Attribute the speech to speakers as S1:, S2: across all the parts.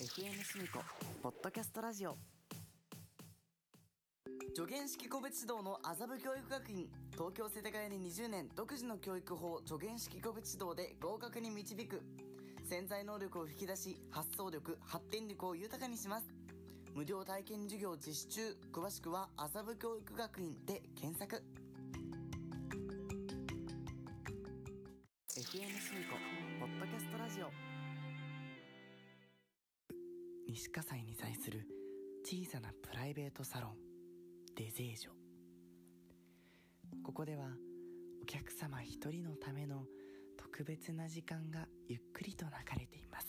S1: FM シミコポッドキャストラジオ助言式個別指導の麻布教育学院東京世田谷に20年独自の教育法助言式個別指導で合格に導く潜在能力を引き出し発想力発展力を豊かにします無料体験授業実施中詳しくは麻布教育学院で検索 FM シミコポッドキャストラジオ西葛西に在する小さなプライベートサロンデゼージョここではお客様一人のための特別な時間がゆっくりと流れています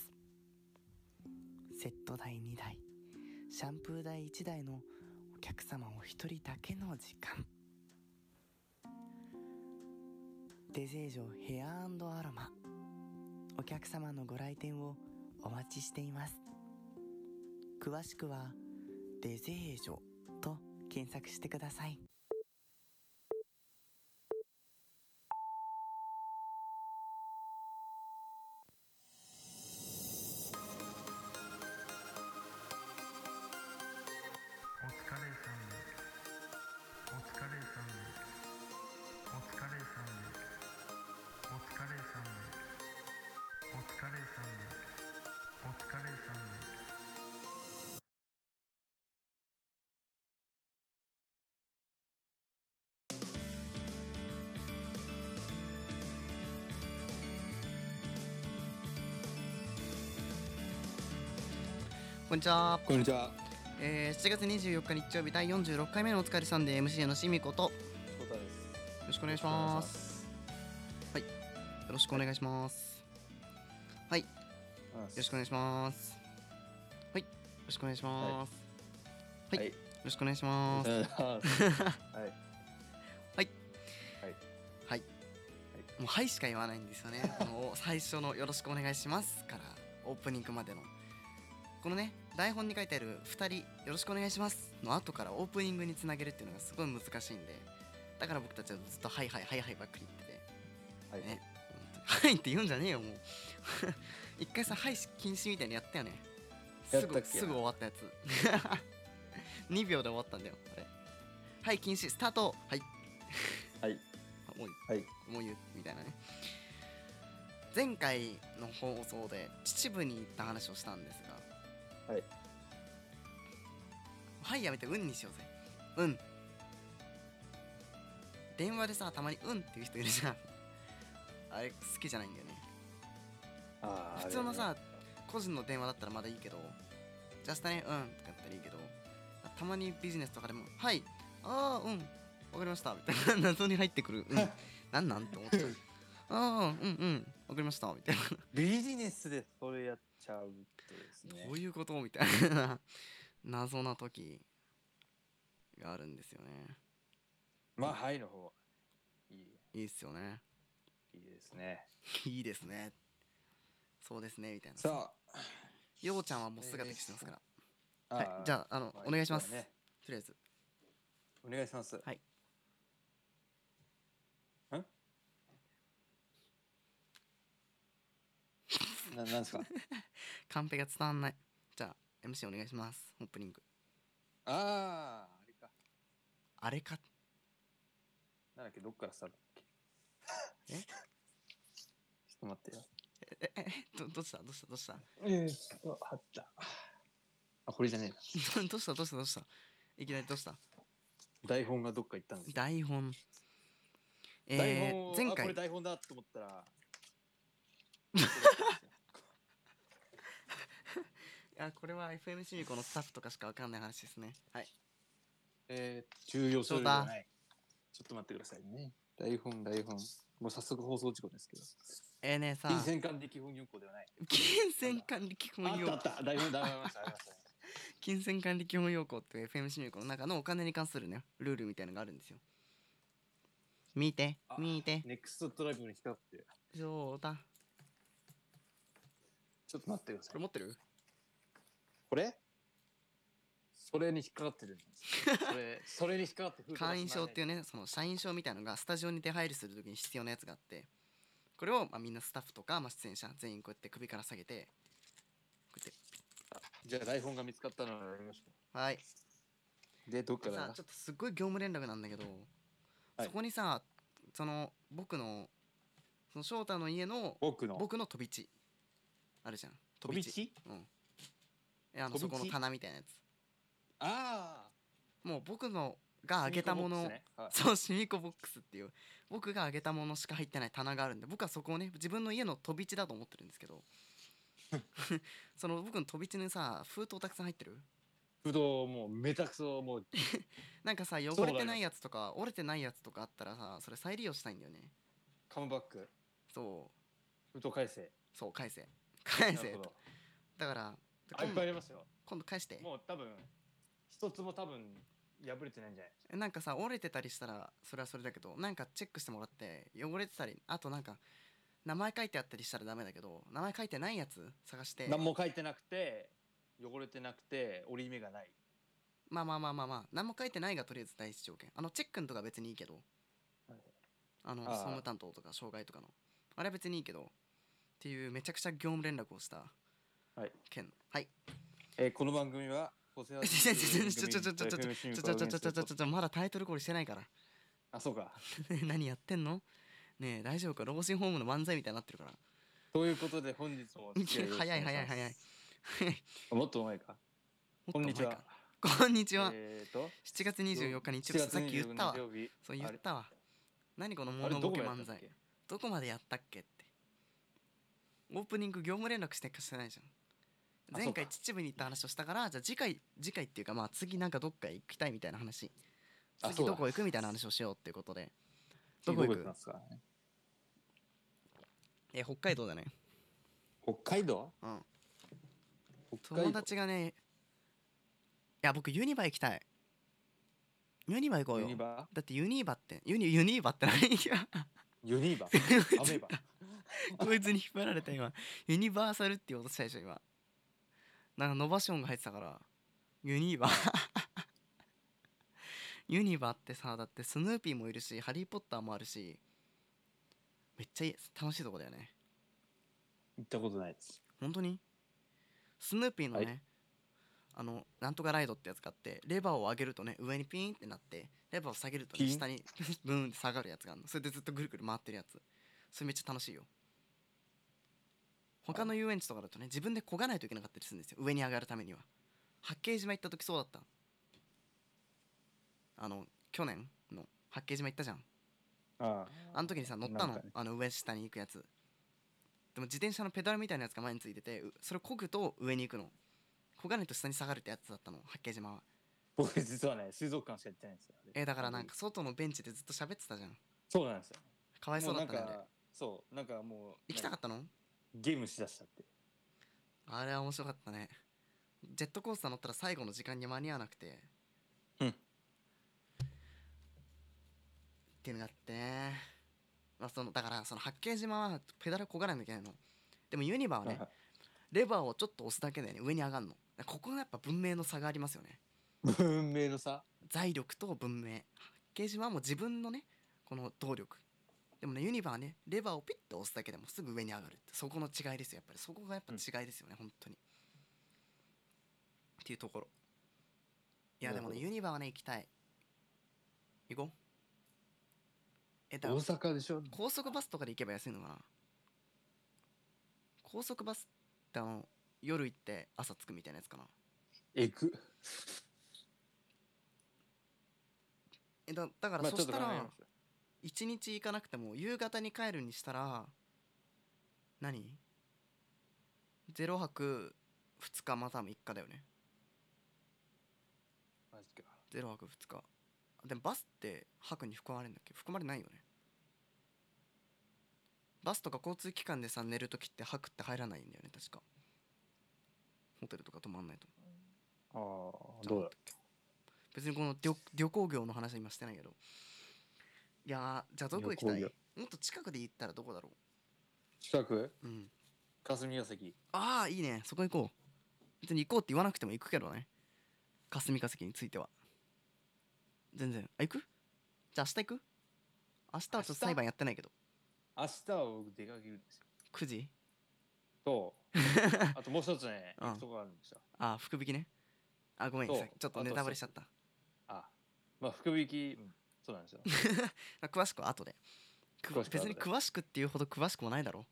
S1: セット台2台シャンプー台1台のお客様お一人だけの時間デゼージョヘアアロマお客様のご来店をお待ちしています詳しくは「デゼージョ」と検索してください
S2: お疲れさんです。お疲れさんです。お疲れさんです。お疲れさんです。お疲れさんです。お疲れさんです。
S1: こんにちは、
S3: こんにちは。
S1: えー、7月24日日曜日第46回目のお疲れさんで MC のしみことよ
S3: コタです。
S1: ろしくお願いしますはいよろしくお願いしますはいよ
S3: よ
S1: ろしくお願いしますはいよろしくお願いします、はい
S3: はい。
S1: よろしくお願いします
S3: はい。
S1: はい
S3: はい。
S1: はいもうはいしか言わないんですよねあの最初の「よろしくお願いします」からオープニングまでのこのね台本に書いてある「2人よろしくお願いします」の後からオープニングにつなげるっていうのがすごい難しいんでだから僕たちはずっと「はいはいはいはい」ばっかり言って
S3: はい。
S1: てね「はい」って言うんじゃねえよもう 一回さ「はい」禁止みたいなのやったよね
S3: やっ
S1: す
S3: たっ
S1: ぐ
S3: け
S1: すぐ終わったやつ 2秒で終わったんだよあれ「はい禁止スタートはい
S3: はい。
S1: あもう
S3: はい。
S1: もう言うみたいなね前回の放送で秩父に行った話をしたんですが
S3: はい。
S1: 「はいやめてうん」にしようぜ「うん」電話でさたまに「うん」っていう人いるじゃんあれ好きじゃないんだよね
S3: あー
S1: 普通のさ
S3: あれね
S1: 個人の電話だったらまだいいけど「ジャスタねうん」とかだったらいいけどたまにビジネスとかでも「はいああうんわかりました」みたいな謎に入ってくる「うん」 なんなんって思っちゃう「ああうんうんわかりました」みたいな
S3: ビジネスでそれやっちゃうってことですね
S1: どう。いうことみたいな謎な時があるんですよね
S3: まあはいの方いい
S1: いいっすよね
S3: いいですね。
S1: いいですねそうですねみたいな
S3: さ
S1: ようちゃんはもう姿消してますから、
S3: あ、
S1: はいじゃああの、お願いします、
S3: 今日はね
S1: とりあえず
S3: お願いします。
S1: はい
S3: ななんですか。
S1: カンペが伝わんないじゃあ MC お願いしますオープニング
S3: あああれか。
S1: あれか
S3: なんだっけどっからスタートだっけ。
S1: え
S3: ちょっと待ってよ。
S1: えええどどうしたどうしたどう したど
S3: えー、あった。あこれじゃねえな。
S1: どうしたどうしたどうしたいきなりどうした
S3: 台本がどっか行ったんですよ。
S1: 台本
S3: 台
S1: え
S3: 本を
S1: ー、
S3: あ
S1: 前
S3: こ
S1: 回
S3: れ台本だと思ったら。
S1: あこれは FMC このスタッフとかしかわかんない話ですねはい
S3: えー、重要
S1: そうだ
S3: い。ちょっと待ってくださいね。台本、台本。もう早速放送事故ですけど。
S1: えー、ねえさ
S3: 金銭管理基本要項ではない。
S1: 金銭管理基
S3: あ
S1: 本
S3: っ
S1: 要項
S3: たあった。台本、台本ありました。ありました
S1: 金銭管理基本要項っていう FM 入庫の中のお金に関するねルールみたいなのがあるんですよ見て
S3: あ
S1: 見て
S3: ネクストトライブに光って。
S1: そうだ
S3: ちょっと待ってくださ
S1: これ
S3: い。
S1: 持ってる
S3: これそれに引っかかってるんですよ。それ、それに引っかかって封筒が
S1: 会員証っていう
S3: 閉
S1: ねその社員証みたいなのがスタジオに出入りするときに必要なやつがあってこれをまあみんなスタッフとかまあ出演者全員こうやって首から下げてこうやって
S3: じゃあ台本が見つかったのをやりましょ
S1: はい。
S3: う。で、どっか
S1: さ
S3: ら
S1: あちょっとすっごい業務連絡なんだけど、
S3: はい
S1: そこにさその僕のその翔太の家の
S3: 僕の。
S1: 僕の飛び地あるじゃん飛
S3: 飛
S1: び
S3: び
S1: 地
S3: 地
S1: うんえあのそ
S3: 飛び地
S1: この棚みたいなやつ
S3: ああ。
S1: もう僕のがあげたもの、
S3: シミコボックスねはい
S1: そう シミコボックスっていう僕があげたものしか入ってない棚があるんで僕はそこをね自分の家の飛び地だと思ってるんです けどその僕の飛び地にさ封筒たくさん入ってる
S3: ぶどうもうめたくそもう
S1: なんかさ汚れてないやつとか折れてないやつとかあったらさそれ再利用したいんだよね
S3: カムバック
S1: そう
S3: ぶどう返せ。
S1: そう返せ返
S3: なる
S1: せ
S3: ほど
S1: だから
S3: あいっ
S1: 今度
S3: ぱいありますよ。
S1: 今度返して
S3: もう多分一つも多分破れてないんじゃない
S1: なんかさ折れてたりしたらそれはそれだけどなんかチェックしてもらって汚れてたりあとなんか名前書いてあったりしたらダメだけど名前書いてないやつ探して
S3: 何も書いてなくて汚れてなくて折り目がない
S1: まあまあまあまあまあ何も書いてないがとりあえず第一条件あのチェックンとか別にいいけど
S3: はい
S1: あの
S3: あー
S1: 総務担当とか障害とかのあれは別にいいけどっていうめちゃくちゃ業務連絡をした
S3: はい
S1: 件はい
S3: えーこの番組は個性派
S1: ちょちょちょちょちょちょちょちょちょちょちょちょちょちょ
S3: ょ
S1: ちょまだタイトルコールしてないから
S3: あそうか
S1: ね何やってんのねえ大丈夫か老人ホームの漫才みたいになってるから
S3: ということで本日もお付き合よろしくお
S1: 早
S3: 願します
S1: い早い早い
S3: あもっと前かこんにち
S1: もっ
S3: は
S1: と前かこんにちは、
S3: えっと
S1: 7月24日に一
S3: 7
S1: 応
S3: 月
S1: さっき言ったわ
S3: 24日曜日
S1: そう言
S3: あ
S1: っ
S3: れ
S1: たわ何この
S3: あ
S1: 物
S3: れど
S1: ボ
S3: こ
S1: ケ
S3: までや
S1: 漫
S3: ったっ
S1: 才
S3: け
S1: どこまでやったっけってオープニング業務連絡してかしてないじゃん
S3: あ
S1: 前
S3: そう
S1: 回
S3: か
S1: 秩父に行った話をしたからじゃあ次回次回っていうかまあ次なんかどっか行きたいみたいな話
S3: あ
S1: 次
S3: そうだ
S1: どこ行くみたいな話をしようっていうことでど
S3: ど
S1: こ
S3: こ
S1: 行
S3: 行
S1: く
S3: くんですか
S1: え北海道だね
S3: 北海道
S1: うん
S3: 北
S1: 友
S3: 海道
S1: 達がねいや僕ユニバ行きたいユニバ行こう
S3: ユ
S1: よ
S3: ニバ
S1: だってユニバってユニユニバって何
S3: ユニバアメーバ
S1: こいつに引っ張られた今ユニバーサルって言おうとしたでしょ今なんか伸ばし音が入ってたからユニバ ユニバってさだってスヌーピーもいるしハリー・ポッターもあるしめっちゃいい楽しいとこだよね
S3: 行ったことないです
S1: 本当にスヌーピーのね、
S3: は
S1: あのなんとかライドってやつがあってレバーを上げるとね上にピーンってなってレバーを下げると、ね、
S3: ピーン
S1: 下に ブーンって下がるやつがあるのそれでずっとぐるぐる回ってるやつそれめっちゃ楽しいよ他の遊園地とかだとね自分で漕がないといけなかったりするんですよ上に上がるためには八景島行った時そうだったあの去年の八景島行ったじゃん
S3: あ
S1: あの時にさ乗ったの、
S3: なんかね
S1: あの上下に行くやつでも自転車のペダルみたいなやつが前についててうそれ漕ぐと上に行くの漕がないと下に下がるってやつだったの八景島は
S3: 僕実はね水族館しか行ってないんですよ
S1: えだからなんか外のベンチでずっと喋ってたじゃん
S3: そうなんですよ
S1: かわいそうだったね
S3: も
S1: あ
S3: うな
S1: れ
S3: んかそうなんかもう
S1: 行きたかったの
S3: ゲームしだしたって
S1: あれは面白かったねジェットコースター乗ったら最後の時間に間に合わなくて
S3: うん
S1: っていうのがあってねまあそのだからその八景島はペダル漕がないといけないのでもユニバはねレバーをちょっと押すだけでね上に上がるのここがやっぱ文明の差がありますよね
S3: 文明のさ
S1: 財力と文明掲示板も自分のねこの動力でもねユニバはねレバーをピッと押すだけでもすぐ上に上がるってそこの違いですよやっぱりそこがやっぱ違いですよね、本当にっていうところいやでも
S3: な
S1: ね
S3: るほ
S1: ユ
S3: ど
S1: ニバはね行きたい行こうえだ
S3: 大阪でしょ
S1: 高速バスとかで行けば安いのかな高速バスってあの夜行って朝着くみたいなやつかな
S3: えく
S1: えだだから
S3: まあ
S1: そ
S3: ちょ
S1: し
S3: っと
S1: た
S3: 考え
S1: ら
S3: ますよ
S1: 一日行かなくても夕方に帰るにしたら何 ?0 泊2日また3日だよね
S3: マジか
S1: 0泊2日でもバスって泊に含まれるんだっけ含まれないよねバスとか交通機関でさ寝るときって泊って入らないんだよね確かホテルとか泊まんないと
S3: ああどうだ
S1: 別にこの旅旅行業の話は今してないけどいやーじゃあどこ行きたい
S3: 旅
S1: も
S3: 行
S1: っと近くで行ったらどこだろ
S3: 近く
S1: ううん
S3: 霞ヶ関
S1: ああいいねそこ行こう別に行こうって言わなくても行くけどね霞が関については全然あ行くじゃあ明日行く明日はちょっと
S3: 明日
S1: 裁判やってないけど
S3: 明日は僕出かけるんですよ
S1: 9時
S3: とあともう一つね、
S1: うん
S3: 行くとこがあるんですよ。
S1: あ福引きねあごめん
S3: そう
S1: さちょっとネタバレしちゃった
S3: あ、まあ、福引き、うんそうなんですよ。
S1: まあ詳しくは後でく
S3: 詳しくは
S1: 別
S3: 後
S1: に
S3: で
S1: 詳しくっていうほど詳しくもないだろ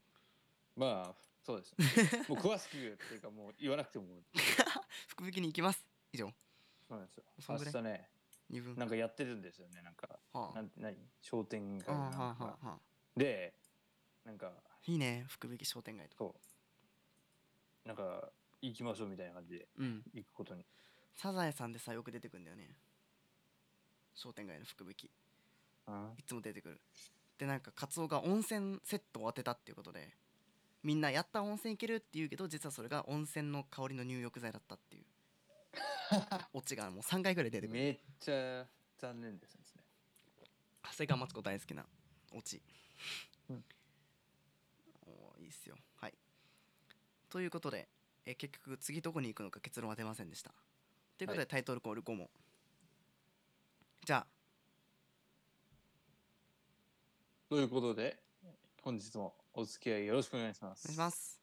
S3: まあ、そうです。もう詳しく言うっていうか、もう言わなくても、
S1: 福引きに行きます以上
S3: そうなんですよ。
S1: そん
S3: 明
S1: ぐらい
S3: 日ね、
S1: 二分
S3: なんかやってるんですよね、なんか、
S1: はあ
S3: なんて、何商店街
S1: あ
S3: なん
S1: はあ
S3: か
S1: はあはあ
S3: で、なんか、
S1: いいね福引き商店街とか
S3: そう、なんか、行きましょうみたいな感じで
S1: うん
S3: 行くことに。
S1: サザエさんでさよく出てくるんだよね商店街の福引きいつも出てくるでなんかカツオが温泉セットを当てたっていうことでみんなやった温泉行けるって言うけど実はそれが温泉の香りの入浴剤だったっていうオチがもう3回ぐらい出てくる
S3: めっちゃ残念ですね。
S1: 長谷川町子大好きなオチ、
S3: うん
S1: おーいいっすよはいということでえー結局次どこに行くのか結論は出ませんでしたということで、
S3: はい
S1: タイトルコール5問じゃあ
S3: ということで、本日もお付き合いよろしくお願いします。
S1: お願いします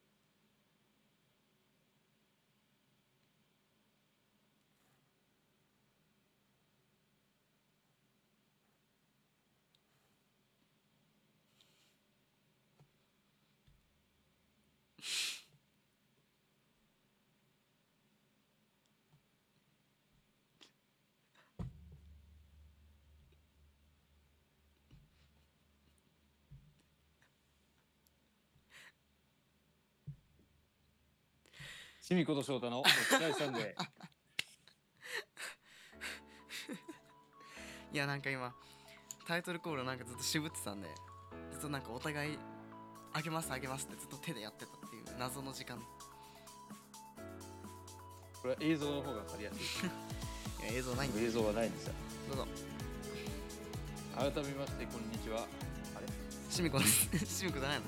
S3: 清水こと翔太のお疲れさんで。
S1: いやなんか今タイトルコールなんかずっと渋ってたんでずっとなんかお互いあげますあげますってずっと手でやってたっていう謎の時間
S3: これは映像の方が分かりやすい。
S1: いや映像ないんで
S3: 映像はないんですよ。
S1: どうぞ
S3: 改めまして、こんにちは。あれ
S1: シミコです シミコじゃないの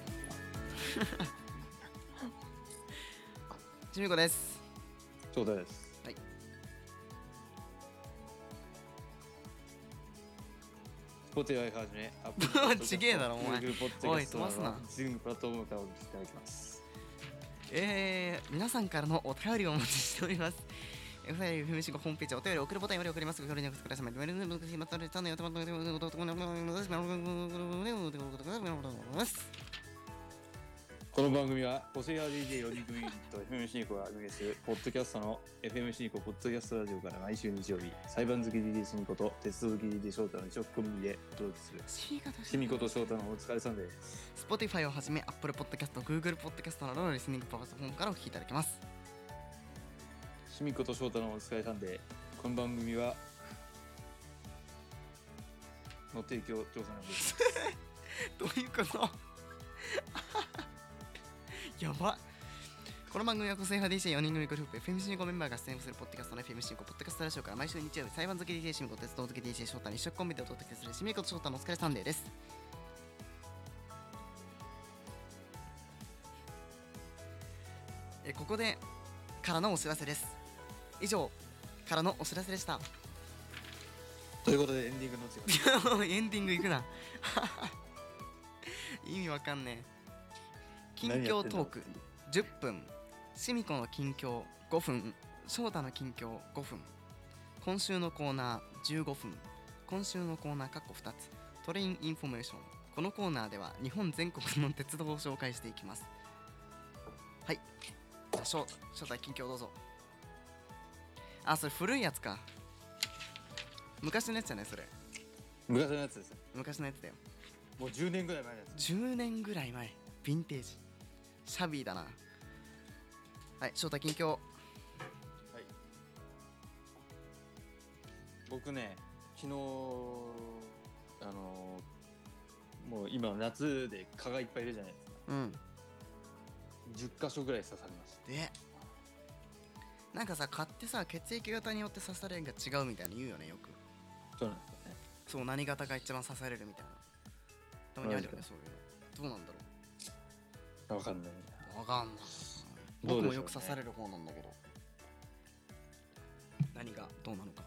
S1: シミコです
S3: 翔太です。
S1: はい。
S3: ポテワイはじ め、アップ
S1: ちげえだろお前
S3: Google ポッドキャスト
S1: おい飛ばすな
S3: ジングプラットフォームからお聞きいただきます。
S1: えー、皆さんからのお便りをお待ちしております。f i f m c ホームページお便り送るボタンより送ります。ご協力ください。
S3: この番組は、個性派 DJ4 人組ユニット FMC コが運営する、ポッドキャストの FMC コポッドキャストラジオから毎週日曜日、裁判好き DJ シミコと鉄道好き DJ 翔太の一億コンビでお届けする、シミコと翔太のお疲れさんです。
S1: Spotify をはじめ Apple Podcast、Google Podcast などのリスニングパソコンからお聞きいただけます。
S3: シミコと翔太のお疲れさんでこの番組はの提供調査なんです。
S1: どういうこと やばこの番組は個性派 DJ4 人組グループ FMC5 メンバーが出演するポッドキャストの FMC5 ポッドキャストラジオから毎週日曜日裁判好き DJ シミコ鉄道好き DJ 翔太に一色コンビでお届けするシミコと翔太のお疲れサンデーですえここでからのお知らせです以上からのお知らせでした
S3: ということでエンディングの時間です。
S1: エンディングいくな 意味わかんねえ近況トーク10分シミコの近況5分翔太の近況5分今週のコーナー15分今週のコーナー過去2つトレインインフォメーションこのコーナーでは日本全国の鉄道を紹介していきますはいじゃあ翔翔太近況どうぞあそれ古いやつか昔のやつじゃないそれ
S3: 昔のやつです。
S1: 昔のやつだよ
S3: もう10年ぐらい前のやつ。
S1: 10年ぐらい前ヴィンテージシャビーだなはい翔太近況
S3: 僕ね昨日あのもう今夏で蚊がいっぱいいるじゃないですか。
S1: うん
S3: 10箇所ぐらい刺されました。
S1: でなんかさ買ってさ血液型によって刺されるが違うみたいに言うよねよく
S3: そうなんですよね。
S1: そう何型が一番刺されるみたいなたまにあるよね
S3: マ
S1: そういうのどうなんだろ
S3: わかんない。
S1: う分かんない
S3: ど
S1: 僕
S3: うでしょうね
S1: もよく刺される方なんだけど何がどうなのか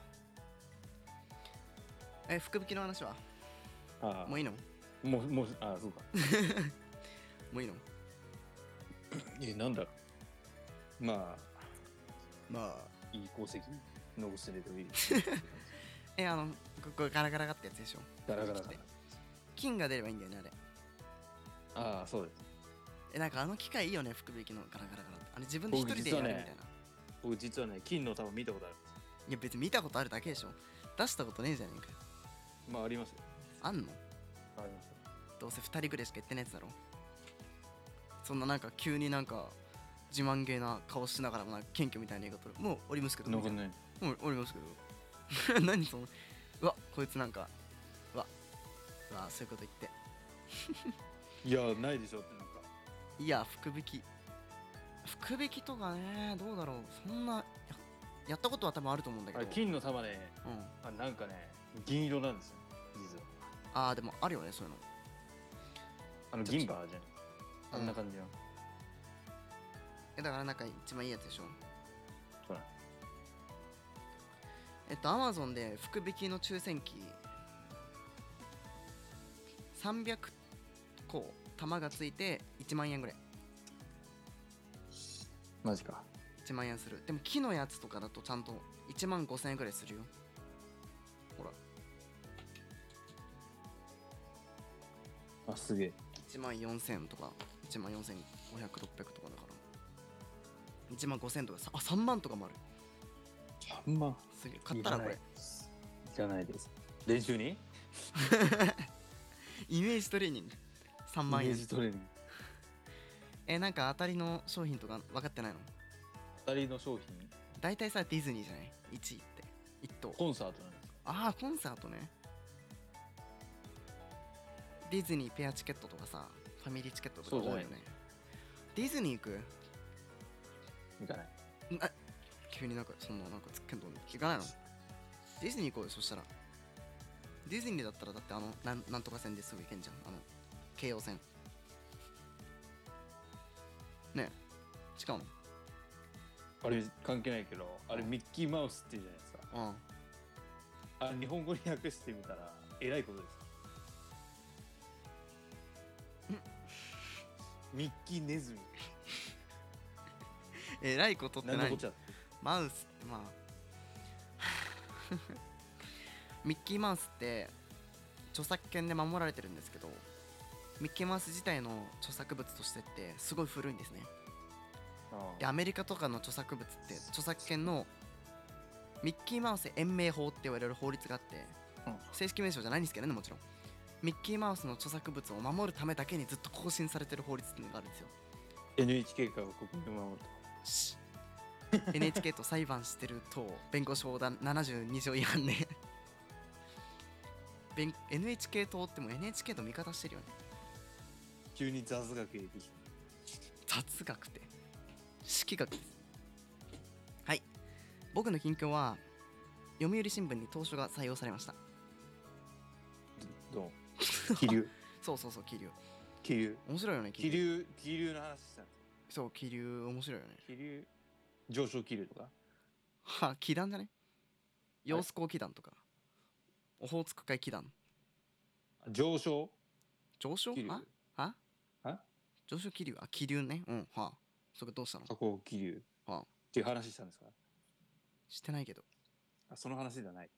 S1: え福引きの話は
S3: ああ
S1: もういいの
S3: もうもうああそうか。
S1: もういいの
S3: えなんだろう。ま
S4: ま
S3: あ、いい功績残せればいい。
S1: えあのここガラガラガってやつでしょ
S3: ガラガラガラ。
S1: 金が出ればいいんだよねあれ
S3: ああ、そうです。
S1: えなんかあの機械いいよね福引きのガラガラガラってあれ自分で一人でやるみたいな、
S3: 僕実僕実はね、金の束見たことあるんで
S1: いや別に見たことあるだけでしょ出したことねえじゃねえかよ
S3: す。まあ、ありますよ。
S1: あんの
S3: ありますよ。
S1: どうせ2人ぐらいしかやってないやつだろそんななんか急になんか自慢げな顔しながらもなんか謙虚みたいな言い方もうおりますけど
S3: なんかね、
S1: もうおりますけど 何そのうわこいつなんかうわうわそういうこと言って
S3: いや、ないでしょって、なんか。
S1: いや福引き福引きとかねどうだろうそんなややったことは多分あると思うんだけ
S3: あ
S1: ど
S3: れ金の束ね、
S1: うん、
S3: あなんかね、銀色なんですよ、実は。
S1: ああでもあるよねそういうの
S3: あの、銀歯じゃん。あんな感じの。
S1: えだからなんか一番いいやつでしょ
S3: ほら。
S1: えっと、アマゾンで福引きの抽選機300個玉がついて1万円ぐらい
S3: マジか。
S1: 1万円するでも木のやつとかだとちゃんと1万5000円ぐらいするよほら
S3: あ、すげえ。
S1: 1万4000とか1万4500600とかだから1万5000とかさあ3万とかもある
S3: あんま。
S1: すげえ買ったらこれ
S3: いらないです。練習に
S1: イメージトレーニング3万
S3: イメー
S1: 円
S3: ジトレーニング。
S1: えなんか当たりの商品とか分かってないの
S3: 当たりの商品、
S1: 大体さディズニーじゃない1位って1等
S3: コンサートなんです
S1: ああコンサートねディズニーペアチケットとかさファミリーチケットとか
S3: そう
S1: 多い
S3: じゃ
S1: よ
S3: ない
S1: ねディズニー行く
S3: 行かない。
S1: な急になんかそんななんかつっけんとんで行かないのディズニー行こうよそしたらディズニーだったらだってあのなんなんとか線ですぐ行けんじゃんあの京王線ねえ違うの
S3: あれ関係ないけど、あれミッキーマウスっていうじゃないですか。
S1: あ
S3: あれ日本語に訳してみたら、えらいことです。ミッキーネズミ。
S1: あえらいことって
S3: なんのこ
S1: 何
S3: っちゃって。
S1: マウスってまあ ミッキーマウスって著作権で守られてるんですけどミッキーマウス自体の著作物としてってすごい古いんですねでアメリカとかの著作物って著作権のミッキーマウス延命法って言われる法律があって、
S3: うん
S1: 正式名称じゃないんですけどねもちろんミッキーマウスの著作物を守るためだけにずっと更新されてる法律っていうのがあるんですよ
S3: NHK から国民を守る
S1: NHK と裁判してると弁護士法だ72条違反ね弁 NHK 党ってもう NHK と味方してるよね
S3: 急に雑学入れてき
S1: 雑学って式学ですはい僕の近況は読売新聞に当初が採用されました
S3: た。どう気流。
S1: そうそうそう気流
S3: 気流。
S1: 面白いよね
S3: 気流、気流の話したの
S1: そう気流面白いよね
S3: 気流。上昇気流とか。
S1: はあ気団だね揚子江気団とかオホーツク海気団
S3: 上昇
S1: 上昇
S3: 気流。
S1: ああ
S3: あ
S1: 上昇気流あ気流ねうんはあそれどうしたの
S3: 下降気流。
S1: はあ
S3: っていう話したんですか
S1: してないけど
S3: あその話じゃない。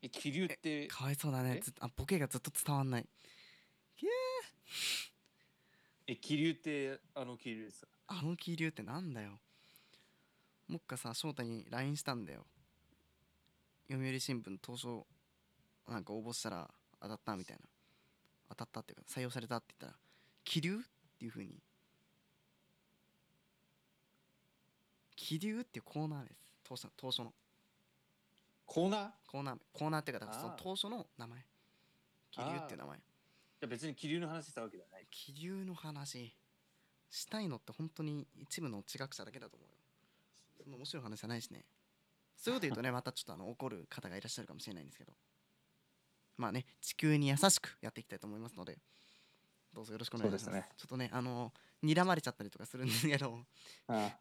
S3: え、気流って、
S1: かわいそうだね
S3: え
S1: ずっとあボケがずっと伝わんない
S3: え、気流って、あの気流ですか
S1: あの気流ってなんだよもっかさ翔太に LINE したんだよ読売新聞当初なんか応募したら当たったみたいな当たったっていうか採用されたって言ったら気流っていうふうに気流っていうコーナーです当初当初の
S3: コーナーい
S1: コーナー名コーナーっていうかだからその
S3: あー
S1: 当初の名前気流っていう名前
S3: や別に気流の話したわけではない。
S1: 気流の話したいのって本当に一部の地学者だけだと思うよそんな面白い話じゃないしねそういうこと言う とねまたちょっとあの怒る方がいらっしゃるかもしれないんですけどまあね地球に優しくやっていきたいと思いますのでどうぞよろしくお願いします
S3: そうですね
S1: ちょっとねあの睨まれちゃったりとかするんですけど
S3: あ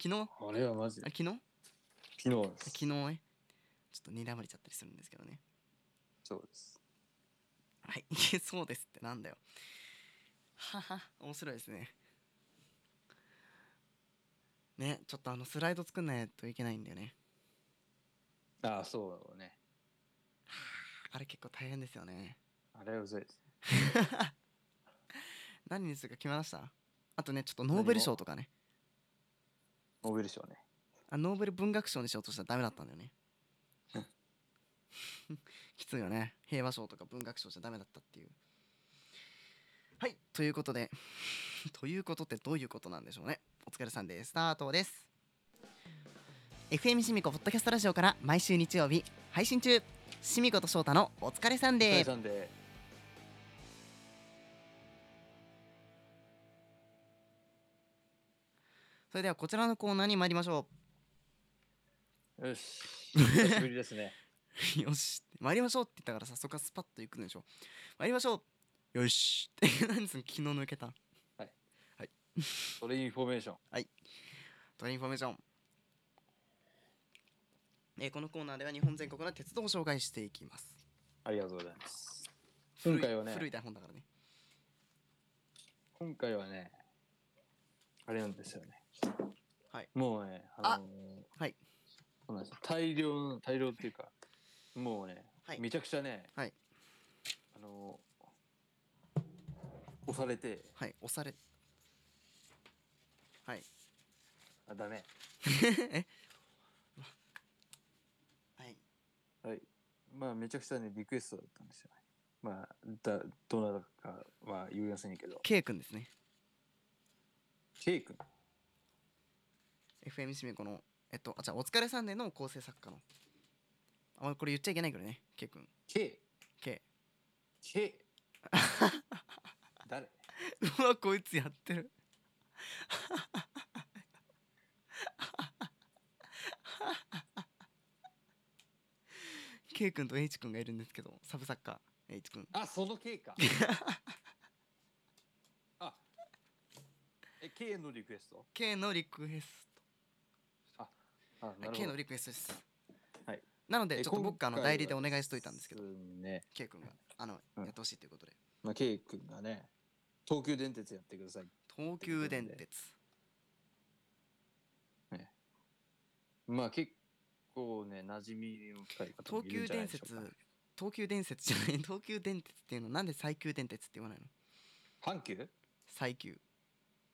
S1: 昨日あ
S3: ああれはマジ
S1: 昨日あ
S3: 昨日です
S1: 昨日ねちょっと睨まれちゃったりするんですけどね
S3: そうです。
S1: はい いえそうですってなんだよはは面白いですねねちょっとあのスライド作んないといけないんだよね
S3: ああ、そうだろうね。
S1: あれ結構大変ですよね
S3: あれはうざいです。
S1: 何にするか決めましたあとねちょっとノーベル賞とかね
S3: ノーベル賞ね。
S1: あノーベル文学賞にしようとしたらダメだったんだよね
S3: うん
S1: きついよね平和賞とか文学賞じゃダメだったっていうはいということで ということってどういうことなんでしょうねお疲れさんですスタートです FM シミコポッドキャストラジオから毎週日曜日配信中シミコと翔太のお疲れさん
S3: お疲
S1: で
S3: れ
S1: す
S3: さんで。
S1: それではこちらのコーナーに参りましょ
S3: よし。久しぶりですね。
S1: う よし参りましょうって言ったから早速スパッと行くんでしょ参りましょうよし 何その気の抜けた
S3: それインフォメーション。
S1: トレインフォメーション、えーこのコーナーでは日本全国の鉄道を紹介していきます
S3: ありがとうございます。今回はね
S1: 古い古い台本だからね
S3: 今回はね、あれなんですよね。
S1: はい。
S3: もうね、
S1: あ
S3: のー
S1: はい。
S3: そうなんですよ大量の、大量っていうか、もうね、
S1: はい
S3: めちゃくちゃね、
S1: はい
S3: あのー押されて、
S1: はい押されはい
S3: あ、ダメ。
S1: えはい
S3: はい。まあ、めちゃくちゃね、リクエストだったんですよね。まあ、だ、どなたかは言いませんけど、
S1: K 君ですね
S3: K 君。
S1: FM しめこのえっとあじゃあお疲れさんでの構成作家のあまりこれ言っちゃいけないけどね K 君
S3: K、
S1: K
S3: K。誰
S1: うわこいつやってる K 君と H 君がいるんですけどサブサッカー H 君
S3: あ、その K か。あ、え、K のリクエスト
S1: K のリクエス
S3: あ、な
S1: ト
S3: る
S1: K
S3: ほど
S1: の。リクエストです
S3: はい
S1: なので
S3: え
S1: ちょっと
S3: 今
S1: 僕あの
S3: 回は
S1: 代理でお願いしといたんですけど
S3: そうね、
S1: K 君があの、
S3: うん
S1: やってほしいということで
S3: まあ、K 君がね、東急電鉄やってください。
S1: 東急電鉄
S3: まあ、結構ね、馴染みの深い方も
S1: 東
S3: いる
S1: 急
S3: んじゃな
S1: 電
S3: いでしょ
S1: 鉄
S3: うか。
S1: 東急電鉄じゃない東急電鉄っていうのなんで最急電鉄って言わないの
S3: 阪急
S1: 最急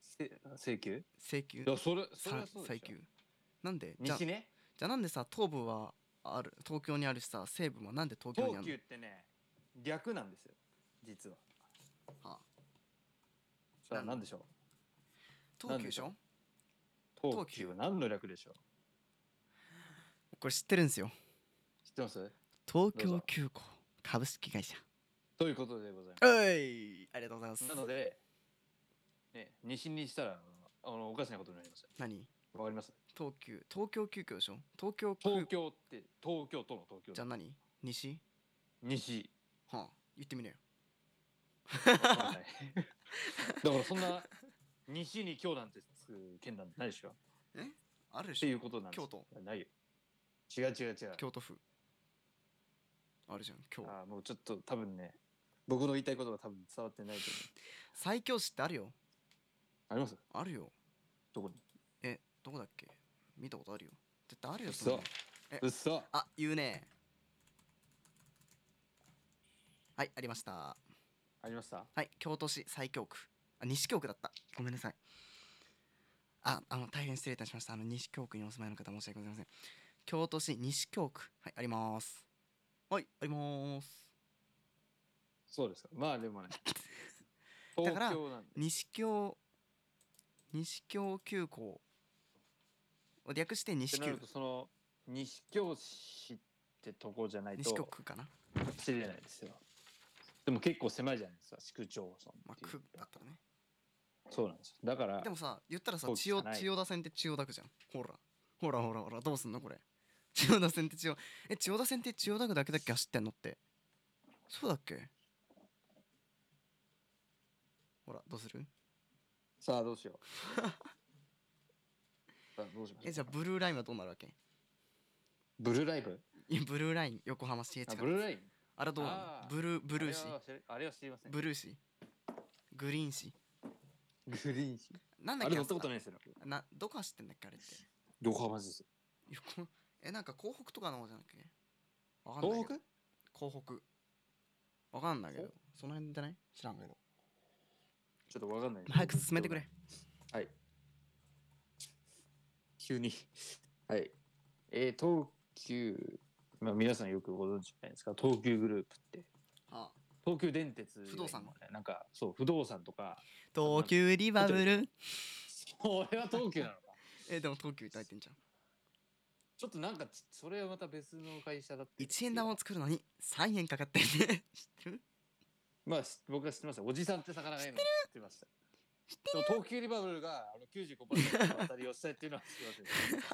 S3: せ西急
S1: 西急
S3: いや、それ、それ
S1: さ
S3: はそうで
S1: 最
S3: しょ
S1: 急なんでじゃあ
S3: 西ね。
S1: じゃあなんでさ東部はある東京にあるしさ西部もなんで東京にあ
S3: 東
S1: る
S3: 急
S1: の
S3: ってね、逆なんですよ、実は。
S1: は
S3: さあ、
S1: なん
S3: なんでしょう
S1: 東急でし
S3: な
S1: ょ
S3: 東
S1: 東急
S3: 急は何の略でしょう
S1: これ知ってるんですよ
S3: 知ってます
S1: 東
S3: どう
S1: 京
S3: ぞ
S1: 急行株式会社
S3: ということでございます。
S1: はいありがとうございます
S3: なので、ね、西にしたらあのあのおかしなことになりますよ。
S1: 何
S3: わかります
S1: 東急東京急行でしょ東京急
S3: 東京って東京都の東京
S1: じゃあ何西
S3: 西。
S1: はあ言ってみなよ
S3: わかんないだからそんな西に京なんてつく県なんてないでしょっ
S1: あるで
S3: て
S1: し
S3: い
S1: ょ
S3: うことなんですよ
S1: 京
S3: ないよ。違う違う違う。
S1: 京都府あるじゃん京
S3: あーもうちょっと多分ね、僕の言いたいことが多分伝わってないと
S1: 最強市ってあるよ
S3: 思う。あります
S1: あるよ
S3: どこに
S1: えどこだっけ見たことあるよ絶対あるよん
S3: 嘘
S1: なのえ
S3: うっそ
S1: あ言うねはいありました
S3: ありました
S1: はい京都市西京区あ西京区だったごめんなさいああの大変失礼いたしましたあの西京区にお住まいの方申し訳ございません京都市西京区はいありますはいあります
S3: そうですか。まあでもね、
S1: だ
S3: 東
S1: から
S3: 京なんで。
S1: 西京西京急行を略して
S3: って
S1: 西
S3: なる
S1: 京
S3: とその西京市ってとこじゃないと
S1: 西京区かな
S3: 知れないですよでも結構狭いじゃないですか市区町村
S1: ま
S3: って
S1: あ
S3: いう
S1: 区だったらね
S3: そうなんですよだから
S1: でもさ言ったらさ
S3: そう
S1: 千代
S3: 汚い
S1: 千代田線って千代田区じゃんほらほらほらほらどうすんのこれ千代田線って千代え千代田線って千代田区だけだっけ走ってんのってそうだっけほらどうする
S3: さあどうしようさあどうしましょう
S1: えじゃあブルーラインはどうなるわけ
S3: ブルーライブ
S1: いやブルーライン横浜市営地
S3: あ
S1: 下
S3: ブルーライン
S1: あれはどうな
S3: あ
S1: の
S3: ー
S1: ブルーブルー市
S3: あれは知れあれは知りません
S1: ブルー市グリーン市
S3: グリーン市
S1: なんだ
S3: あ
S1: っ
S3: れ
S1: け
S3: 乗ったことないですよね。
S1: などこ走ってんだっけあれって
S3: 横浜です。
S1: 横えなんか港北とかの方じゃなくてわかんない
S3: 東
S1: け
S3: 北
S1: ど港北わかんないけどその辺じゃない知らんけど
S3: ちょっとわかんない。
S1: 早く進めてくれ。
S3: はい。急に。はい。えー東急、まあ、皆さんよくご存知じゃないですか、東急グループって。
S1: あ
S3: 東急電鉄、
S1: 不動産の。
S3: なんか、そう、不動産とか、
S1: 東急リバブル
S3: それは東急なの か。
S1: えでも東急って入ってんじゃん
S3: ちょっとなんか、それはまた別の会社だって。
S1: 1円玉を作るのに3円かかってるね知ってる
S3: まあ、し僕は知ってました。おじさんって魚がいるの知ってました。でも東急リバブルがあの95%の当たりをしたいっていうのは知ってませんでし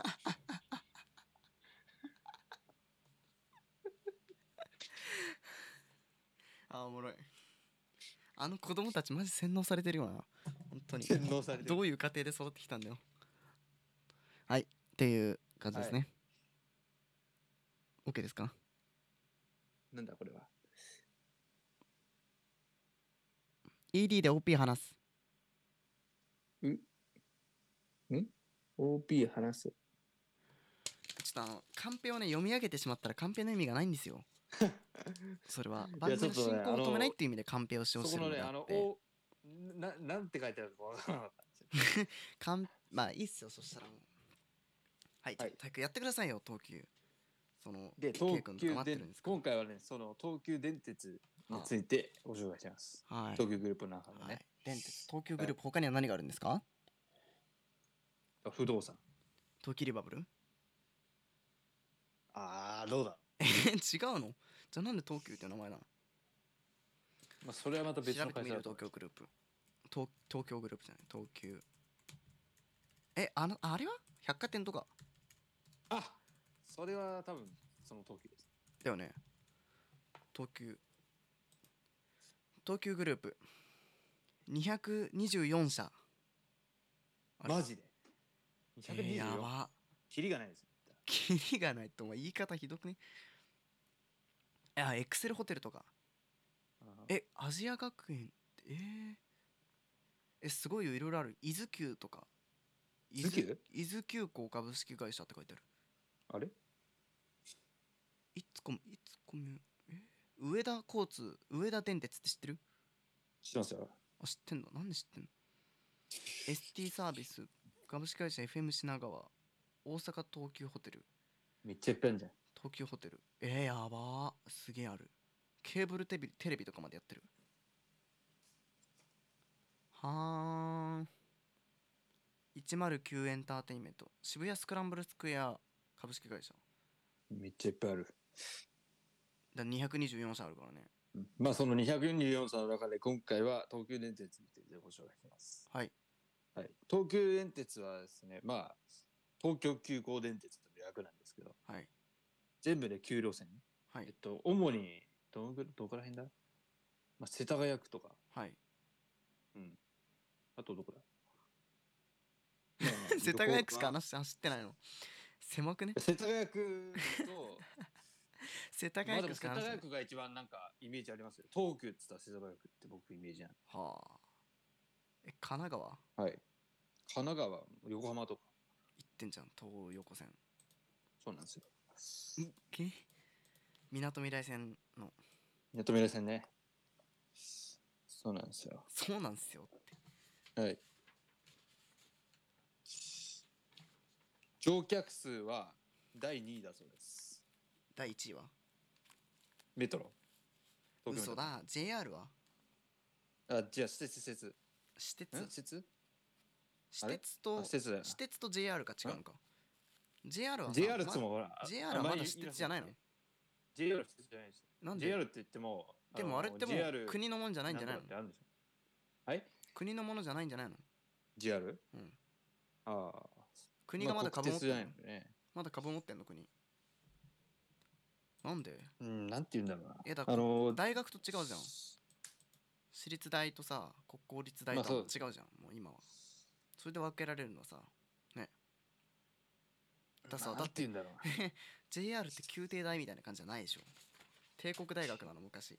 S3: た。
S1: あーおもろいあの子供たちマジ洗脳されてるよな本当に
S3: 洗脳されてる
S1: どういう家庭で育ってきたんだよはいっていう感じですね、OK ですか
S3: なんだこれは。
S1: ED で OP 話す
S3: OP 話す。
S1: ちょっとあのカンペをね読み上げてしまったらカンペの意味がないんですよそれ は番組の
S3: ちょっ
S1: 進
S3: とね
S1: 行を止めない
S3: あの
S1: っていう意味でカンペを使
S3: そ
S1: 用して
S3: こ
S1: るの
S3: のね、
S1: であ
S3: あの
S1: っ、て
S3: お、な、なんて書いてあるかわからなかったんですよ。
S1: カンまあいいっすよそしたらもうはい、
S3: は
S1: ちょ
S3: い
S1: っと体育やってくださいよ東急その
S3: で、
S1: ケイ
S3: 東
S1: 君とか
S3: 急
S1: 待ってるん
S3: 電
S1: ですか
S3: 今回はね、その東急電鉄についてご紹介します。
S1: はい
S3: 東急グループの中の
S1: はい
S3: ね、、
S1: 電鉄東急グループ他には何があるんですか
S3: 不動産。
S1: 東急リバブル
S3: ああ、どうだ。
S1: え違うのじゃあなんで東急っていう名前なの
S3: まあ、それはまた別
S1: 調
S3: の
S1: べて
S3: 会
S1: み
S3: 社
S1: る
S3: だと
S1: 東
S3: 思う
S1: 京グループ東東京グループじゃない東急えあのあれは百貨店とか
S3: あ、それは多分、その東急です。
S1: だよね東急東急グループ224社あれ
S3: マジで。
S1: え
S3: 224
S1: ー、やば
S3: キリがないです。
S1: キリがないとお前言い方ひどくねいやエクセルホテルとかえアジア学園ってえー、えすごいよいろいろある伊豆急とか伊
S3: 伊豆急
S1: 伊豆急行株式会社って書いてある
S3: あれ
S1: いつこもいつこもえ上田交通上田電鉄って知ってる
S3: 知ってますよ。
S1: あ知ってんだなんで知ってんの ST サービス株式会社 FM 品川大阪東急ホテル
S3: めっちゃいっぱいあるじゃん。
S1: 東急ホテルえー、やばーすげえあるケーブルテレビテレビとかまでやってるはーん109エンターテインメント渋谷スクランブルスクエア株式会社
S3: めっちゃいっぱいある。
S1: だ224社あるからね
S3: うんまあその244さんの中で今回は東急電鉄についてご紹介します。
S1: はい
S3: はい、東急電鉄はですね、まあ東京急行電鉄という略なんですけど、
S1: はい
S3: 全部で9路線。
S1: は
S3: えっ
S1: い
S3: と、主にどのぐどこら辺だ、まあ、世田谷区とか、
S1: はい
S3: うん、あとどこだまあ まあ
S1: 世田谷区しか
S3: どこ
S1: 話して走ってないの狭くね
S3: 世田谷区と、
S1: 世田
S3: まあ
S1: 谷区
S3: でも
S1: し
S3: 世
S1: か
S3: 田
S1: 話してな
S3: 谷
S1: い
S3: 区が一番なんかイメージありますよ。東急って言ったら世田谷区って僕イメージなんで
S1: はあえ神奈川行
S3: はい。神奈川、横浜とか。
S1: ってんじゃん東横線
S3: そうなんですよ。
S1: けみなとみらい線の
S3: やっと見らせんね。そうなんですよ。
S1: そうなんすよって
S3: はい。乗客数は第2位だそうです。
S1: 第1位は
S3: メトロ。東京
S1: 嘘
S3: メトロ。
S1: だ JR は
S3: あ、じゃあ、施設、施設。
S1: 私
S3: ん施
S1: 鉄
S3: 設
S1: 私
S3: あれ
S1: 鉄と
S3: あ施設だよな
S1: 私鉄と JR が違うのか JR はさ
S3: ?JR っ
S1: ま
S3: つもほら。
S1: JR はまだ私鉄じゃないの
S3: ?JR は私鉄じゃないです。
S1: なんで
S3: JR って言っても、
S1: でもあれっても
S3: JR
S1: う国のもんじゃないんじゃないの
S3: とかってあるんでしょはい
S1: 国のものじゃないんじゃないの
S3: ?JR?
S1: うん
S3: ああ。
S1: 国がまだ株持っ
S3: 国鉄
S1: てん
S3: じ
S1: の
S3: ゃないのね。
S1: まだ株持ってんの国なんで
S3: うん、なんて言うんだろうな。
S1: えだ
S3: あのー
S1: 大学と違うじゃん私立大とさ国公立大
S3: まあ
S1: とは
S3: そ
S1: 違
S3: う
S1: うじゃん、もう今はそれで分けられるのはさださ
S3: な
S1: だ
S3: ん
S1: って
S3: 言うんだろうな。
S1: JR って宮廷大みたいな感じじゃないでしょ帝国大学なの昔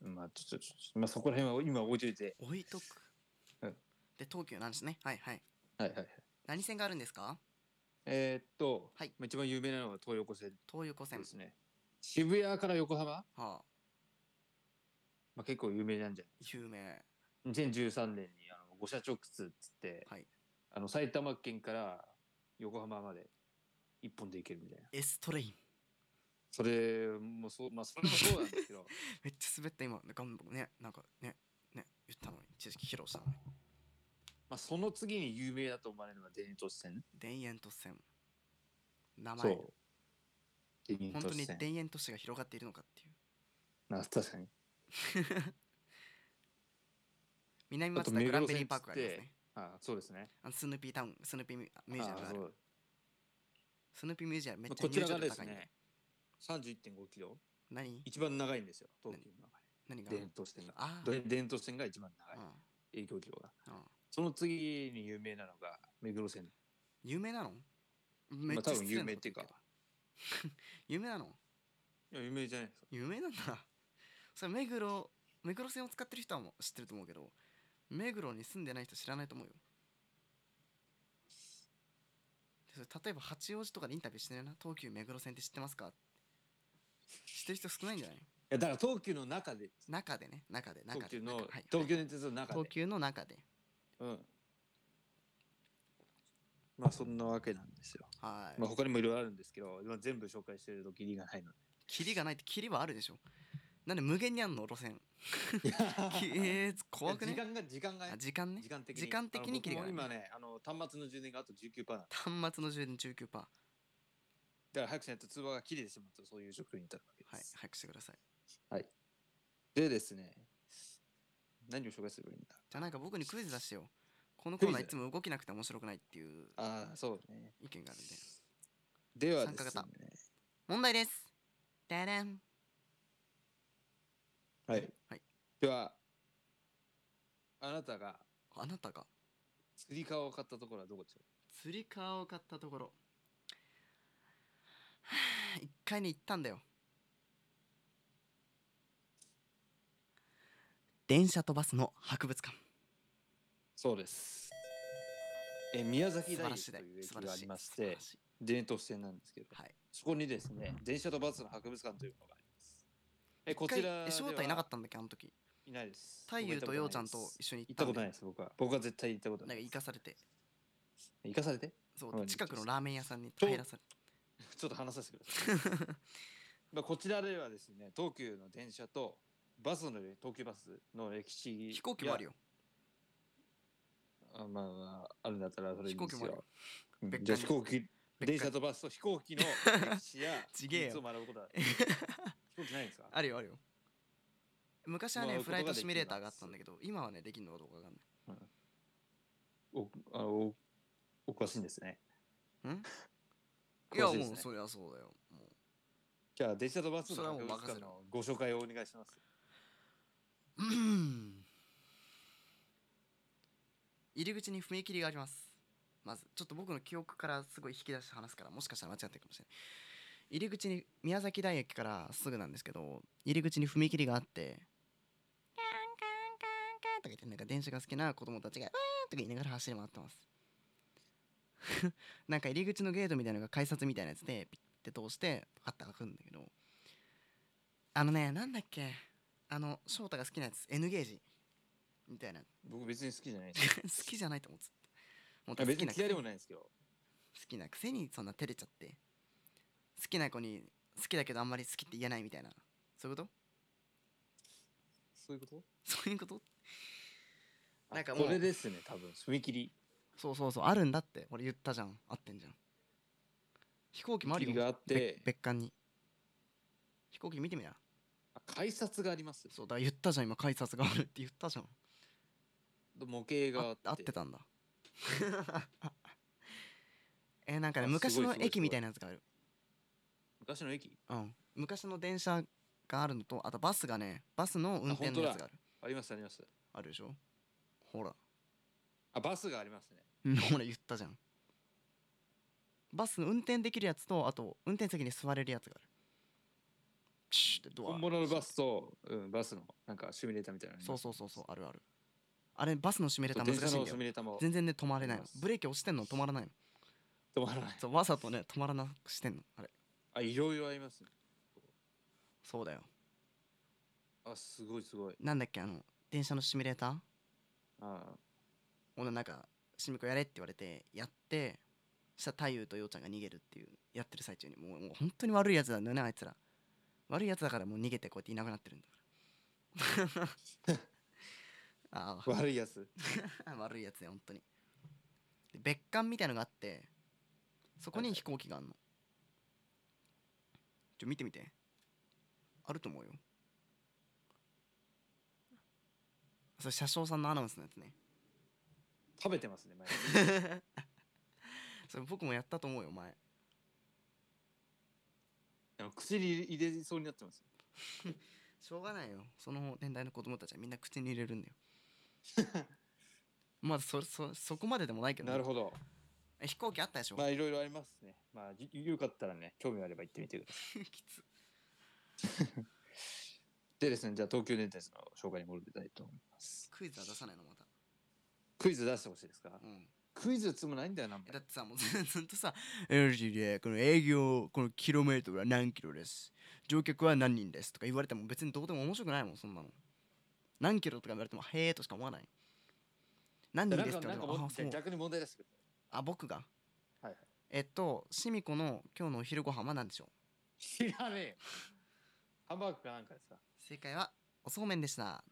S3: まあ、ちょっと、ちょっとまあ、そこら辺は今置いといて、
S1: 置いとく
S3: うん
S1: で東急なんですねはいはい
S3: はいはい。
S1: 何線があるんですか
S3: えーっと、
S1: はい
S3: まあ一番有名なのは東横線
S1: 東横線
S3: ですね。渋谷から横浜、
S1: はあ
S3: まあ、結構有名なんじゃ
S1: 有名
S3: ない ?2013 年にあの五社直通っつって、
S1: はい
S3: あの埼玉県から横浜まで一本で行けるみたいな。
S1: エストレイン
S3: それもそう、まあそれもそうなんで すけど、
S1: めっちゃ滑った今頑張ねなんかねね言ったのに知識披露したのに
S3: まあその次に有名だと思われるのが田園都市線。
S1: 田園都市線名
S3: そ
S1: 前
S3: う。田園
S1: 本
S3: 都
S1: 当
S3: 市
S1: に
S3: 線
S1: 田。園都市が広がっているのかっていう
S3: な確かに。
S1: 南
S3: あと
S1: 松田グランベリー
S3: 目
S1: パー
S3: 黒線っつっ
S1: クがあります
S3: て
S1: ね
S3: あそうですね。
S1: あのスヌーピータウンスヌーピーミュージアム
S3: あ
S1: があ
S3: そ
S1: る
S3: う
S1: スヌーピーミュージアムめっ
S3: まあ
S1: ちゃ
S3: こち
S1: 入
S3: ら
S1: 場
S3: が
S1: 料
S3: です
S1: 高いんで、
S3: ね、31.5キロ。
S1: 何
S3: 一番長いんですよ、東京の中
S1: 何が
S3: で。伝統線が。
S1: あー
S3: で伝統線が一番
S1: う
S3: 長い。
S1: ん
S3: 影響力が。
S1: うん
S3: その次に有名なのが、目黒線。
S1: 有名なのめ
S3: まあ多分
S1: 失礼
S3: 有
S1: な
S3: 名っ
S1: こと
S3: ていうか
S1: 言。けど有名なの
S3: いや、有名じゃないですか。
S1: 有名なんだ それ目黒目黒線を使ってる人はもう知ってると思うけど目黒に住んでない人知らないと思うよでそれ例えば八王子とかでインタビューしてるな東急目黒線って知ってますか知ってる人少ないんじゃない
S3: いや、だから東急の中で、
S1: 中でね中で中で
S3: 東急の
S1: 中はい、
S3: 東急電鉄の中で
S1: 東。急の中で
S3: うん。まあ、そんなわけなんですよ。
S1: はい、
S3: まあ、他にもいろいろあるんですけど、今全部紹介してるときりがないので。
S1: キリがないってキリはあるでしょなんで無限にあんの路線 きえー、怖くね
S3: 時間が、時間が
S1: あ、時間ね
S3: 時間的に。
S1: 時間的
S3: あの
S1: にキリが
S3: 僕
S1: ない
S3: も今ね、あの、端末の充電があと19%なんで
S1: 端末の充電19%はい
S3: だから早くしないと通話が切れてしまうと、そういう職に至るわけです。
S1: 早くしてください
S3: でですね、何を紹介すればいいんだ
S1: じゃあなんか僕にクイズ出してよこの
S3: ク
S1: コ
S3: イ
S1: ー
S3: ズ
S1: ナーいつも動きなくて面白くないっていう
S3: ああ、そうね。
S1: 意見があるんで
S3: ではですね
S1: 参加、問題ですダダン
S3: はい。
S1: はい
S3: では、あなたが
S1: あなたが
S3: 釣り革を買ったところはどこでしょ
S1: 釣り革を買ったところはあ一回に行ったんだよ電車とバスの博物館
S3: うそうです。え宮
S1: 素
S3: 崎
S1: 晴
S3: 大
S1: らし
S3: 学
S1: いだ
S3: と
S1: よ
S3: いう
S1: 素
S3: 駅
S1: 晴ら
S3: があ
S1: しい
S3: りまし
S1: 素晴
S3: て
S1: ら、しい
S3: 伝統線なんですけど、
S1: はい
S3: そこにですね、電車とバスの博物館というのがあります。え、こちら
S1: 一回え翔太いなかったたんだっけあの時
S3: いないです。
S1: 太陽と陽ちゃんと
S3: 行
S1: 一緒に行
S3: っ
S1: った
S3: た
S1: ん
S3: こ
S1: だ
S3: と
S1: よ
S3: ないです、僕は。僕は絶対行ったこと
S1: な
S3: なんい
S1: か行か
S3: です。
S1: されて
S3: 行かされて
S1: そ
S3: うん
S1: う近くのラーメン屋さんに
S3: そう
S1: 入らされ
S3: ちょっと話させてください。まあこちらではですね、東急の電車とバスの東急バスの歴史
S1: て飛行機もある
S3: よ。
S1: よ
S3: あまあまああるんだったらそれでいいんで
S1: 飛行機
S3: す
S1: もある
S3: よ。うん
S1: 別
S3: じゃあ飛
S1: 館に
S3: 行機
S1: 別館
S3: 電車とバスと飛行機の歴史や
S1: ちげえよ
S3: 技術を学ぶことだ。飛行機ないんですか？
S1: あるよあるよ昔はね、
S3: まあ
S1: フライトシミュレーターがあったんだけど今はねできるのかどうかわかん
S3: おあのおおかしいんですね。
S1: ないんい
S3: 詳
S1: や
S3: しいですね
S1: もうそりゃそうだよも
S3: じゃあ電車とバス
S1: それ
S3: の
S1: はもう
S3: 博
S1: 任せ
S3: 物
S1: る
S3: 館のご紹介をお願いします。
S1: ううん入り口に踏切がありますまずちょっと僕の記憶からすごい引き出して話すからもしかしたら間違ってるかもしれない入り口に宮崎大駅からすぐなんですけど入り口に踏切があってカンカンカンカンとか言ってなんか電車が好きな子供たちがわーとか言いながら走り回ってます なんか入り口のゲートみたいなのが改札みたいなやつでピッて通してパカッて開くんだけどあのねなんだっけあの翔太が好きなやつ N ゲージみたいな 好
S3: 僕別に好きじゃないです。
S1: きじゃないと思ってもっ
S3: あ
S1: と好
S3: 別
S1: き
S3: に
S1: な
S3: 嫌いでもないんですけど。
S1: 好きなくせにそんな照れちゃって好きな子に好きだけどあんまり好きって言えないみたいなそういうこと
S3: そういうこと？
S1: そういうこと
S3: あ
S1: なんかもう
S3: これですね多分踏切
S1: そうそうそうあるんだって俺言ったじゃん合ってんじゃん飛行機もあるよ
S3: 踏切があって
S1: べ別館に飛行機見てみな
S3: あ改札があります。
S1: そうだから言ったじゃん今改札があるって言ったじゃん
S3: 模型があ
S1: あ
S3: って
S1: 合ってたんだ えなんかね
S3: あ
S1: 昔
S3: すごい
S1: の
S3: すごい
S1: 駅みたいなやつがある
S3: 昔の駅
S1: うん昔の電車があるのとあとバスがねバスの運転のやつがある
S3: ありますあります
S1: あるでしょほら
S3: あバスがありますね
S1: うん俺言ったじゃんバス運転できるやつとあと運転席に座れるやつがあるプシュッてドア
S3: 本物のバスと、うん、バスのなんかシミュレーターみたいなのあり
S1: そ
S3: ま
S1: う
S3: す
S1: そうそうそうあるあるあれバスの閉めれた難
S3: 電
S1: し
S3: 車
S1: いん
S3: の
S1: だ
S3: す
S1: よ
S3: みれ玉を
S1: 全然ね止まれないの
S3: 止まります
S1: ブレーキ押してんの止まらないの
S3: 止まらない。
S1: そうわざとね止まらなくしてんのあれ
S3: あ、いろいろありますね。
S1: そうだよ
S3: あ、すごいすごい。
S1: なんだっけあの電車のシミュレーター
S3: あ
S1: 俺なんか「シミコやれ」って言われてやってしたら太陽と陽ちゃんが逃げるっていうやってる最中にもうもう本当に悪いやつなんだよねあいつら悪いやつだからもう逃げてこうやっていなくなってるんだから あ
S3: ー悪いやつ。
S1: あ 悪いやつね本当にで別館みたいのがあってそこ
S3: はい
S1: に
S3: はい
S1: 飛行機があんのちょ見てみてあると思うよそれ車掌さんのアナウンスのやつね
S3: 食べてますね、毎日
S1: それ僕もやったと思うよ前
S3: あの口に入れそうになってます。
S1: しょうがないよその年代の子供たちはみんな口に入れるんだよ まあそそそこまででもないけどね、
S3: なるほど。
S1: え飛行機あったでしょ、
S3: まあ、いろいろありますね。まあ、ゆよかったらね、興味あれば行ってみてください。
S1: きつ
S3: でですね、じゃあ東急電鉄の紹介に戻りたいと思います。
S1: クイズは出さないのまた、
S3: クイズ出してほしいですか
S1: うん、
S3: クイズつもないんだよな、
S1: えだってさもうずっとさ「えジでこの営業このキロメートルは何キロです乗客は何人です」とか言われても別にどうでも面白くないもんそんなの何キロとか言われても「へえ」としか思わない何人
S3: なん
S1: です
S3: か
S1: って
S3: な
S1: 言わ
S3: んか
S1: れても
S3: も
S1: あ
S3: う
S1: そう
S3: 逆に問題出してく
S1: あ僕が
S3: はいはい
S1: えっとシミ子の今日のお昼ご飯は何でしょう
S3: れ知らねえよハンバーグかなんかですか
S1: 正解はおそうめんでした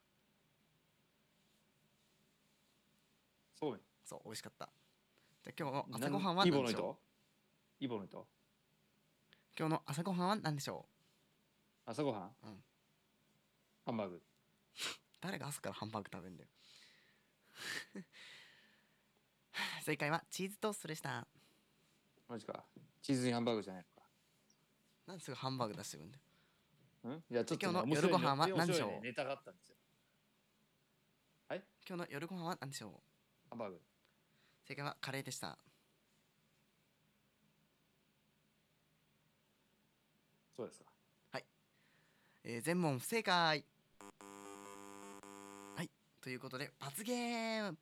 S3: そうめん
S1: そう美味しかったじゃあ今日の
S3: な
S1: 朝
S3: ん
S1: ごはんは
S3: イ
S1: 何
S3: ボの
S1: でしょう
S3: 糸イボの糸
S1: 今日の朝ごはんは何でしょう
S3: 朝ごはん、
S1: うん
S3: ハンバーグ
S1: 誰が朝からハンバーグ食べるんだよ 正解はチーズトーストでした
S3: マジかチーズにハンバーグじゃないのか
S1: なんですぐハンバーグ出してくるんだよ
S3: うんじゃあちょっとね、
S1: 今日の
S3: 面白い
S1: 夜ご飯は
S3: ね面
S1: 何
S3: 白いね
S1: でしょう
S3: ネタがあったんですよ
S1: 今日の夜ごはんは何でしょう
S3: ハンバーグ
S1: 正解はカレーでした
S3: そうですか
S1: えー全問不正解はいということで罰ゲーム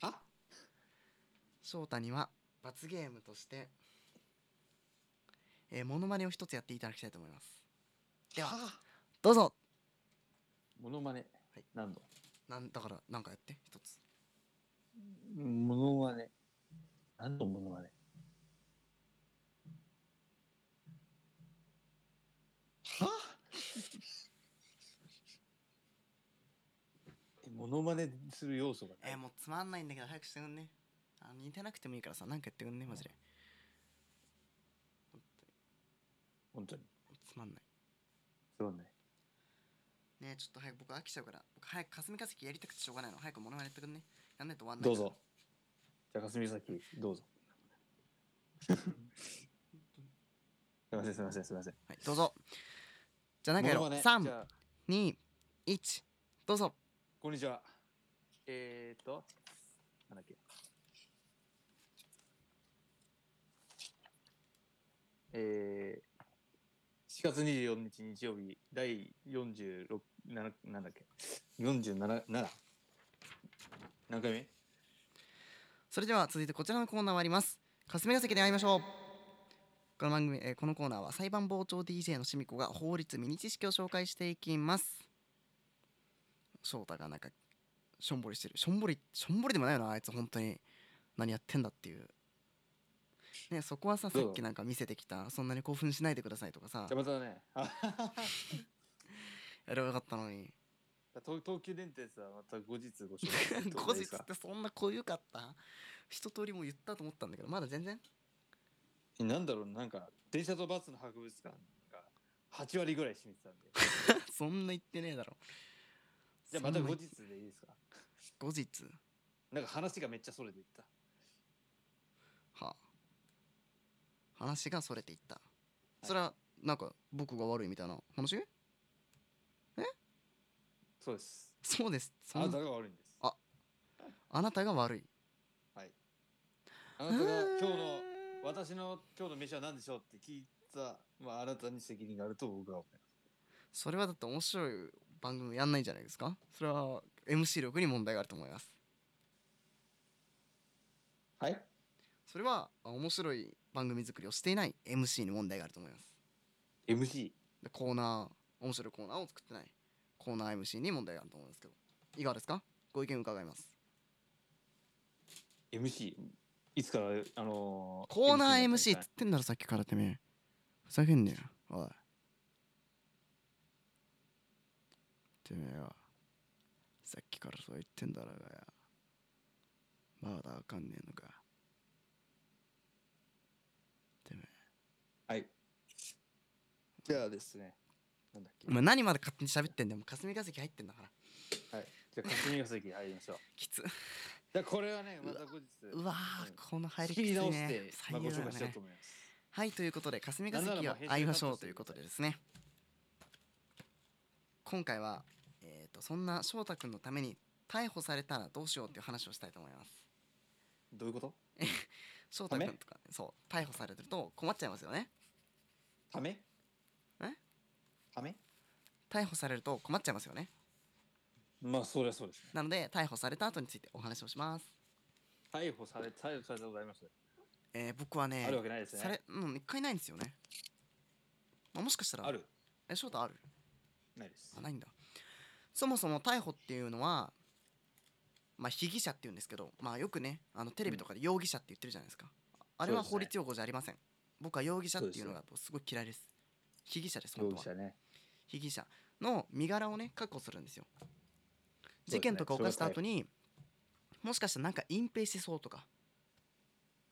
S3: は
S1: 翔太には罰ゲームとしてえー、モノマネを一つやっていただきたいと思いますではどうぞ
S3: モノマネ、
S1: はい
S3: 何度
S1: なんだからなんかやって一つ
S3: モノマネ何度モノマネは えモノマネする要素がない
S1: えー、もうつまんないんだけど早くしてくんねあ似てなくてもいいからさなんかやってくんねマジで
S3: 本当に
S1: つまんない
S3: すまんない
S1: ねえちょっと早く僕飽きちゃうから僕早く霞が関やりたくてしょうがないの早くモノマネやってくんねやんないと終わんない
S3: どう
S1: から
S3: ぞじゃあ霞崎ど うぞすいませんすいませんすいません
S1: はいどうぞじゃあなんかやろ
S3: モノマ
S1: う
S3: ネじ
S1: 3
S3: ゃあ
S1: 2 1どうぞ
S3: こんにちはえー、っとなんだっけえー、4月24日日曜日第46ななんだっけ47なら何回目
S1: それでは続いてこちらのコーナーはあります霞が関で会いましょうこの番組、えーこのコーナーは裁判傍聴 DJ のしみこが法律ミニ知識を紹介していきます翔太がなんかしょんぼりしてるしょんぼりしょんぼりでもないよなあいつ本当に何やってんだっていうねそこはささ
S3: どう
S1: っきなんか見せてきたそんなに興奮しないでくださいとかさ
S3: じゃあまたね あ
S1: やればよかったのに
S3: 東東急電鉄はまた後日ご紹介す ると
S1: 後
S3: 思い
S1: 日っ
S3: ますが
S1: てそんな濃ゆかった一通りもう言ったと思ったんだけどまだ全然
S3: なんだろうなんか電車とバスの博物館が8割ぐらい占めてたんで
S1: そんな言ってねえだろ
S3: じゃあまた
S1: そんな
S3: 後日でいいですか
S1: 後日
S3: なんか話がめっちゃそれていった
S1: はあ話がそれていったそれはなんか僕が悪いみたいな話
S3: そうです
S1: そうですそ
S3: あ
S1: ん
S3: なたが悪いんです
S1: ああなたが悪い
S3: あなたが今日の私の今日の飯は何でしょうって聞いた、まあ、あなたに責任があると僕は思います
S1: それはだって面白い番組やんないんじゃないですかそれは MC 力に問題があると思います
S3: はい
S1: それはあ面白い番組作りをしていない MC に問題があると思います
S3: ?MC。
S1: でコーナー面白いコーナーを作ってないコーナー MC に問題があると思うんですけどいかがですかご意見伺います
S3: MC。いつから、あの
S1: コーナー
S3: MC に
S1: MC っ
S3: な
S1: つ
S3: っ
S1: っ、てんだろさっきからてめえふざけんねよおいてめえはさっきからそう言ってんだろうがよまだわかんねえのかてめえ
S3: はい。じゃあですね。なんだっけ。
S1: お前何まで勝手に喋ってんだよもう霞が関入ってんだから
S3: はい。じゃあ、霞ヶ関入りましょう。
S1: きつ
S3: じゃあ、これはね、また後日。
S1: うわ
S3: うん
S1: ーこの入り
S3: 仕
S1: きつ
S3: 切
S1: い
S3: り直し
S1: ね
S3: て、まあ、
S1: 最
S3: ご
S1: 悪だ
S3: 紹介しよう
S1: ね
S3: と思います。
S1: はいということで霞ヶ
S3: なんな
S1: 関
S3: ら
S1: は
S3: もう
S1: 会いま
S3: 編
S1: し
S3: 集
S1: ょ
S3: カ
S1: う
S3: ット
S1: とい
S3: す
S1: う
S3: る
S1: ことでですね今回は、えー、とそんな翔太君のために逮捕されたらどうしようっていう話をしたいと思います
S3: どういうこと
S1: 翔太
S3: ダメ
S1: 君とかそう逮捕されてると困っちゃいますよね
S3: ため
S1: え
S3: ため
S1: 逮捕されると困っちゃいますよね
S3: まあ、そりゃそうですね。
S1: なので逮捕された後についてお話をします、
S3: 逮捕され、逮捕されたことあります。
S1: えー僕はね
S3: あるわけないです
S1: され。
S3: ね
S1: うん一回ないんですよね、まあ、もしかしたら
S3: ある
S1: え翔太ある
S3: ないです
S1: あ。ないんだそもそも逮捕っていうのはまあ被疑者っていうんですけどまあよくねあのテレビとかで容疑者って言ってるじゃないですか、あれは
S3: そうですね
S1: 法律用語じゃありません僕は容疑者っていうのが
S3: そ
S1: すごい嫌いです被疑者です
S3: 容
S1: 本
S3: 疑
S1: 当は
S3: 者ね。
S1: 被疑者の身柄をね確保するんですよ
S3: すね
S1: 事件とか犯した後にもしかしたらなんか隠蔽しそうとか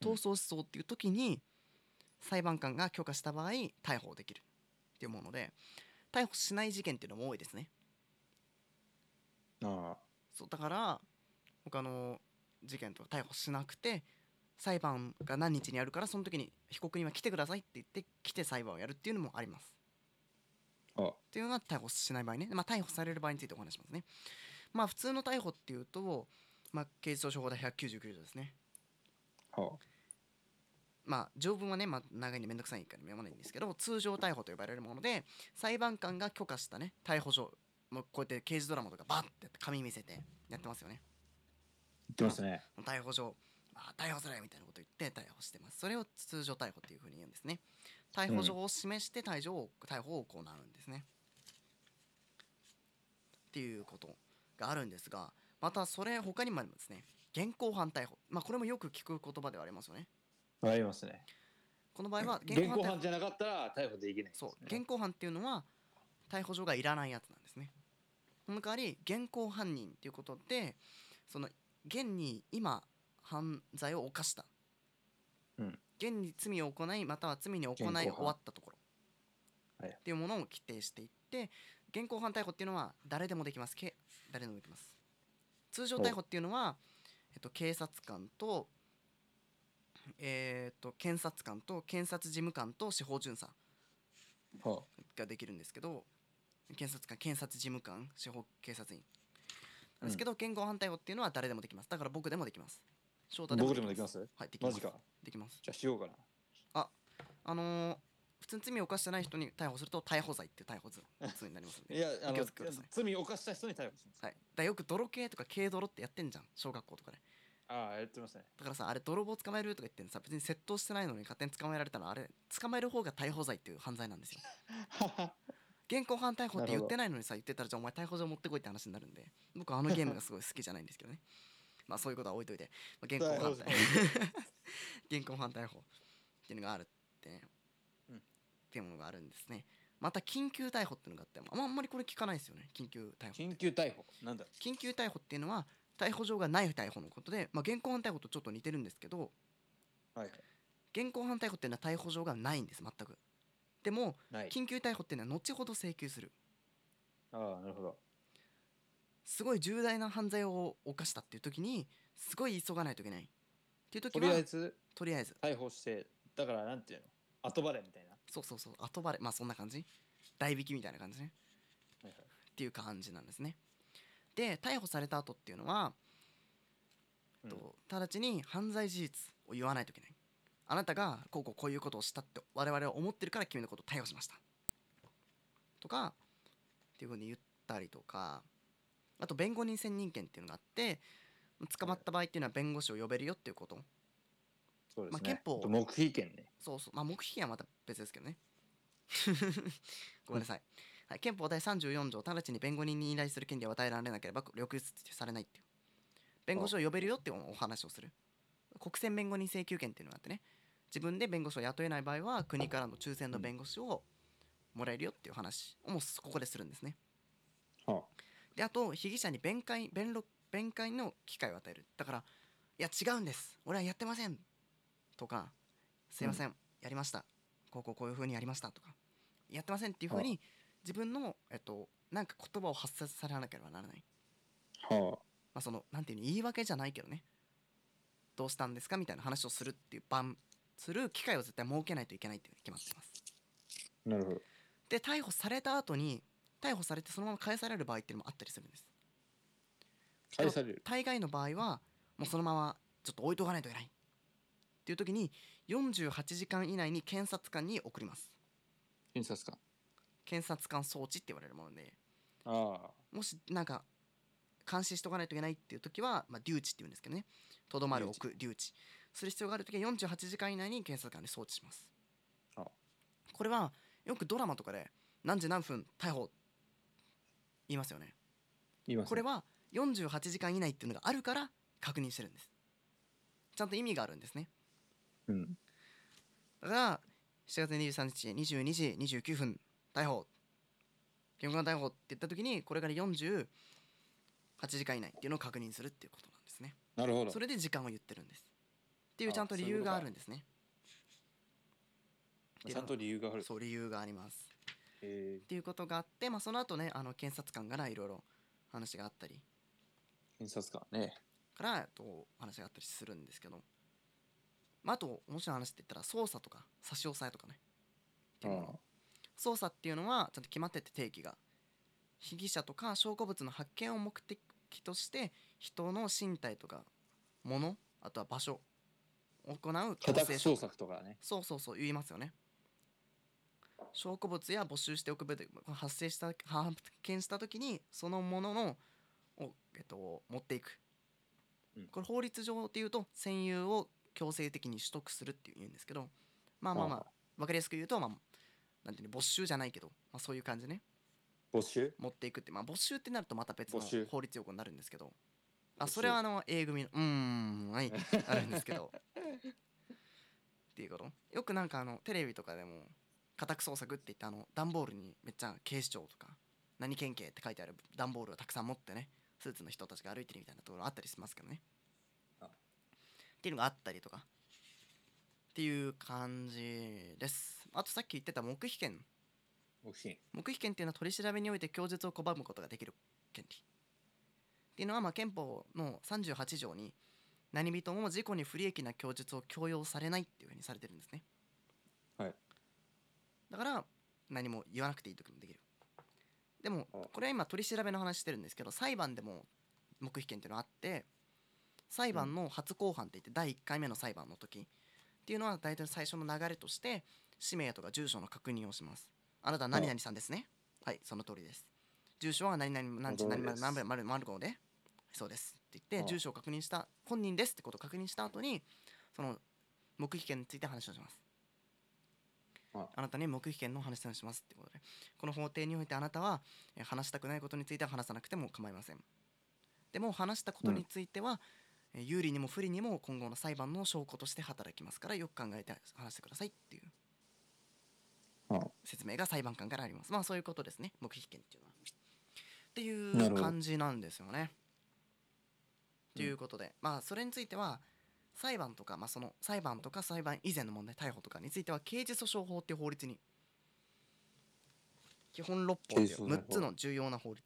S3: うん
S1: 逃走しそうっていう時に裁判官が許可した場合逮捕できるっていうもので逮捕しない事件っていうのも多いですね
S3: ああ。
S1: そうだから他の事件とか逮捕しなくて裁判が何日にあるからその時に被告人は来てくださいって言って来て裁判をやるっていうのもあります。
S3: ああ
S1: っていうのが逮捕しない場合ね、まあ、逮捕される場合についてお話しますね。まあ普通の逮捕っていうと、まあ、刑事訴訟法で199条ですね。
S3: は
S1: まあ条文はね、まあ、長いんでめんどくさいから読まないんですけど通常逮捕と呼ばれるもので裁判官が許可したね逮捕状もうこうやって刑事ドラマとかバッてやって紙見せてやってますよね。
S3: 言ってましたね。
S1: 逮捕状、あ、逮捕するみたいなこと言って逮捕してますそれを通常逮捕っていうふうに言うんですね逮捕状を示して逮捕を逮捕を行うんですねっていうことがあるんですがまたそれ他にもありますね現行犯逮捕まあこれもよく聞く言葉ではありますよね
S3: ありますね。
S1: この場合は
S3: 現行
S1: 逮
S3: 犯じゃなかったら逮捕できない、
S1: そう現行犯っていうのは逮捕状がいらないやつなんですねその代わり現行犯人っていうことでその現に今犯罪を犯した、
S3: うん
S1: 現に罪を行いまたは罪に行い
S3: 現
S1: 終
S3: 行犯
S1: わったところ、
S3: はい
S1: っていうものを規定していって現行犯逮捕っていうのは誰でもできますけ誰でもできます通常逮捕っていうのは、えっと、警察官と,、えーっと検察官と検察事務官と司法巡査
S3: は
S1: ができるんですけど検察官検察事務官司法警察員なんですけど、言語反対法っていうのは誰でもできますだから僕でもできます翔
S3: あ、
S1: 太でも
S3: 僕
S1: で
S3: で
S1: きま
S3: もですきます
S1: はいできま
S3: マ
S1: す
S3: ジか。
S1: できます
S3: じゃあしようかな。
S1: あのー普通に罪を犯してない人に逮捕すると逮捕罪っていう逮捕罪になりますんで
S3: いや、あ
S1: お気
S3: の
S1: をつけください、
S3: 罪を犯した人に逮捕します。
S1: はい、だからよく泥系とか軽泥ってやってんじゃん小学校とかで
S3: ああ、やってましたね。
S1: だからさあれ泥棒捕まえるとか言ってんのさ別に窃盗してないのに勝手に捕まえられたらあれ捕まえる方が逮捕罪っていう犯罪なんですよ現行犯逮捕って言ってないのにさ言ってたらじゃあお前逮捕状持ってこいって話になるんで僕はあのゲームがすごい好きじゃないんですけどね まあそういうことは置いといて、まあ、現行犯逮捕 現行犯逮捕っていうのがあるってね、
S3: うん
S1: っていうものがあるんですねまた緊急逮捕っていうのがあって、まあ、あんまりこれ聞かないですよね緊急逮捕
S3: 緊急逮捕。なんだ
S1: 緊急逮捕っていうのは逮捕状がない逮捕のことで、まあ、現行犯逮捕とちょっと似てるんですけど
S3: はい。
S1: 現行犯逮捕っていうのは逮捕状がないんです全くでも
S3: ない。
S1: 緊急逮捕っていうのは後ほど請求する
S3: ああ、なるほど。
S1: すごい重大な犯罪を犯したっていう時にすごい急がないといけないっていう時
S3: と
S1: は
S3: りあえず、
S1: とりあえず
S3: 逮捕して、だからなんていうの後払いみたいな。
S1: そうそうそう後バレまあそんな感じ代引きみたいな感じね
S3: はいはい
S1: っていう感じなんですねで逮捕された後っていうのは、
S3: うん
S1: と直ちに犯罪事実を言わないといけないあなたがこうこうこういうことをしたって我々は思ってるから君のことを逮捕しましたとかっていうふうに言っったりとかあと弁護人選任権っていうのがあって捕まった場合っていうのは弁護士を呼べるよっていうこと
S3: そうですね。
S1: まあ憲法
S3: あと黙秘権ね。
S1: そうそうまあ黙秘権はまた別ですけどね ごめんなさい、はい、憲法第34条直ちに弁護人に依頼する権利を与えられなければ抑留されないっていう弁護士を呼べるよっていうお話をする国選弁護人請求権っていうのがあってね自分で弁護士を雇えない場合は国からの抽選の弁護士をもらえるよっていう話をもうここでするんですね
S3: は
S1: であと被疑者に弁解弁論弁解の機会を与えるだから「いや違うんです俺はやってません」とか「すいません、やりましたこうこうこういうふうにやりました」とか「やってません」っていうふうに自分の、えっと、なんか言葉を発せされなければならない、
S3: あ、はあ、
S1: まあ、そのなんていうの言い訳じゃないけどねどうしたんですかみたいな話をするっていう番する機会を絶対設けないといけないっていうのが決まってます
S3: なるほど。
S1: で逮捕された後に逮捕されてそのまま返される場合っていうのもあったりするんです
S3: 返される。
S1: 大概の場合はもうそのままちょっと置いとかないといけないっていう時に48時間以内に検察官に送ります
S3: 検察官。
S1: 検察官装置って言われるもので
S3: あ
S1: もしなんか監視しとかないといけないっていう時は、まあ、留置っていうんですけどねとどまる置く留置する必要がある時は48時間以内に検察官に送致します
S3: あ
S1: これはよくドラマとかで何時何分逮捕言いますよね
S3: あ、言います、ね。
S1: これは48時間以内っていうのがあるから確認してるんですちゃんと意味があるんですね
S3: うん。
S1: だから7月23日22時29分逮捕現行犯逮捕って言った時にこれから48時間以内っていうのを確認するっていうことなんですね
S3: なるほど
S1: そ。れで時間を言ってるんですっていう
S3: あ
S1: ちゃんと理由があるんですね
S3: ちゃんと理由がある。
S1: そう理由があります
S3: え
S1: っていうことがあって、まあ、その後ねあの検察官からいろいろ話があったり
S3: ー、検察官ね。
S1: からと話があったりするんですけど、まあ、あと面白い話って言ったら捜査とか差し押さえとかねっていうもの捜査っていうのはちゃんと決まってて定義が被疑者とか証拠物の発見を目的として人の身体とか物あとは場所を行う
S3: 家宅
S1: 捜
S3: 捜
S1: 査
S3: 索とかね。
S1: そうそうそう言いますよね証拠物や募集しておくべき発生した発見した時にそのもののを、えっと、持っていく、
S3: うん
S1: これ法律上っていうと占有を強制的に取得するっていうんですけどまあまあま
S3: は
S1: あ分かりやすく言うとまあなんていうの没収じゃないけど、まあ、そういう感じね
S3: 没収
S1: 持っていくってまあ没収ってなるとまた別の
S3: 没収
S1: 法律用語になるんですけどあ
S3: 没収
S1: それはあの A 組のうーんはいあるんですけど っていうことよくなんかあのテレビとかでも家宅捜索って言ってあの段ボールにめっちゃ警視庁とか何県警って書いてある段ボールをたくさん持ってねスーツの人たちが歩いてるみたいなところあったりしますけどね
S3: あ
S1: っていうのがあったりとかっていう感じですあとさっき言ってた黙秘権
S3: 黙秘権。
S1: 黙秘権っていうのは取り調べにおいて供述を拒むことができる権利っていうのはまあ憲法の38条に何人も自己に不利益な供述を強要されないっていうふうにされてるんですね
S3: はい
S1: だから何も言わなくていい時もできるでも
S3: あ
S1: これは今取り調べの話してるんですけど裁判でも黙秘権っていうのはあって裁判の初公判って言って第1回目の裁判の時っていうのは大体最初の流れとして氏名とか住所の確認をしますあなたは何々さんですねはいその通りです住所は何々何時
S3: その
S1: 何
S3: 通り
S1: 々
S3: です
S1: 何番丸号でそうですって言っ
S3: あ
S1: て住所を確認した本人ですってことを確認した後にその黙秘権について話をします
S3: あ
S1: あなたに黙秘権の話をしますってことでこの法廷においてあなたはえー話したくないことについては話さなくても構いませんでも話したことについては、えー有利にも不利にも今後の裁判の証拠として働きますからよく考えて話してくださいっていう
S3: あ
S1: 説明が裁判官からありますまあそういうことですね黙秘権っていうのはって
S3: ないる
S1: う
S3: ほど
S1: 感じなんですよね
S3: う
S1: と
S3: ん
S1: いうことで、まあそれについては裁判とか、まあ、その裁判とか裁判以前の問題逮捕とかについては刑事訴訟法っていう法律に基本6本
S3: 刑事訴訟法
S1: 6つの重要な法律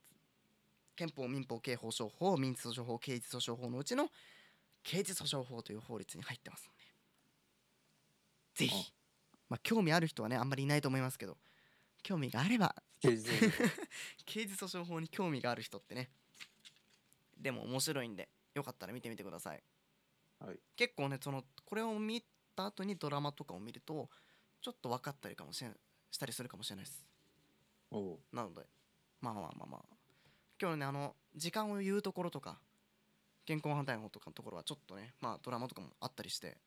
S1: 憲法民法刑法商法民事訴訟法刑事訴訟法のうちの刑事訴訟法という法律に入ってますのでぜ
S3: あ
S1: ひまあ興味ある人はねあんまりいないと思いますけど興味があれば
S3: 刑事訴訟
S1: 刑事訴訟法に興味がある人ってねでも面白いんでよかったら見てみてください、
S3: はい
S1: 結構ねそのこれを見た後にドラマとかを見るとちょっと分かったりかもしれんしたりするかもしれないです
S3: おう
S1: なのでまあまあまあまあ今日のねあの時間を言うところとか現行犯逮捕とかのところはちょっとねまあドラマとかもあったりして、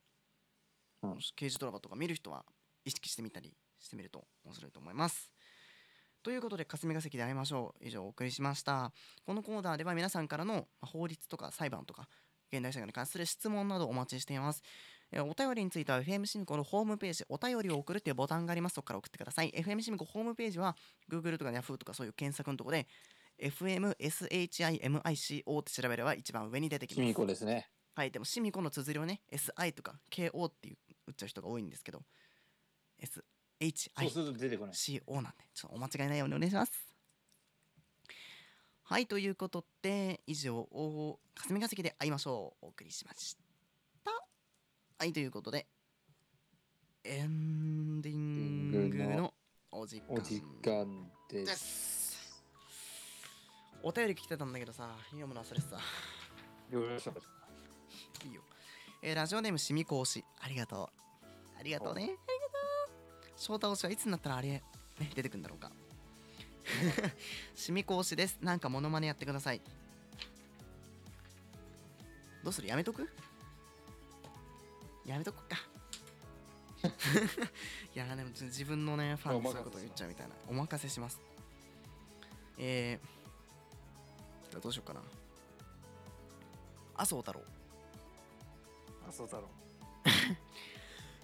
S3: うん
S1: もし刑事ドラマとか見る人は意識してみたりしてみると面白いと思いますということで霞が関で会いましょう以上お送りしましたこのコーナーでは皆さんからのまあ法律とか裁判とか現代社会に関する質問などお待ちしていますえーお便りについては FM シミコのホームページお便りを送るというボタンがありますそこから送ってください FM シミコホームページは Google とか Yahoo とかそういう検索のところで FMSHIMICO って調べれば一番上に出てき
S3: シ
S1: ま
S3: ミ
S1: す
S3: コですね。
S1: はいでもシミコの綴りをね SI とか KO っていう打っちゃう人が多いんですけど
S3: そうす
S1: SHICO
S3: ると出てこない。
S1: なんでちょっとお間違いないようにお願いしますはいということで以上お霞が関で会いましょうお送りしましたはいということでエンディン
S3: エンディン
S1: グ
S3: グ
S1: の
S3: の
S1: お時間
S3: お時間で。
S1: ですすお便り聞きてたんだけどさ読むの忘れてた
S3: よろしく。
S1: いいよ。えーラジオネームしみこ推し。ありがとう。ありがとうね。ありがとう。翔太推しはいつになったらあれ、ね、出てくるんだろうか。しみこ推しです。なんかモノマネやってください。どうするやめとくやめとこっか。 いやーでも自分のねファンにそういうこと言っちゃうみたいなお任せしますえー、じゃあどうしようかな麻生太郎
S3: あ、そう だろう。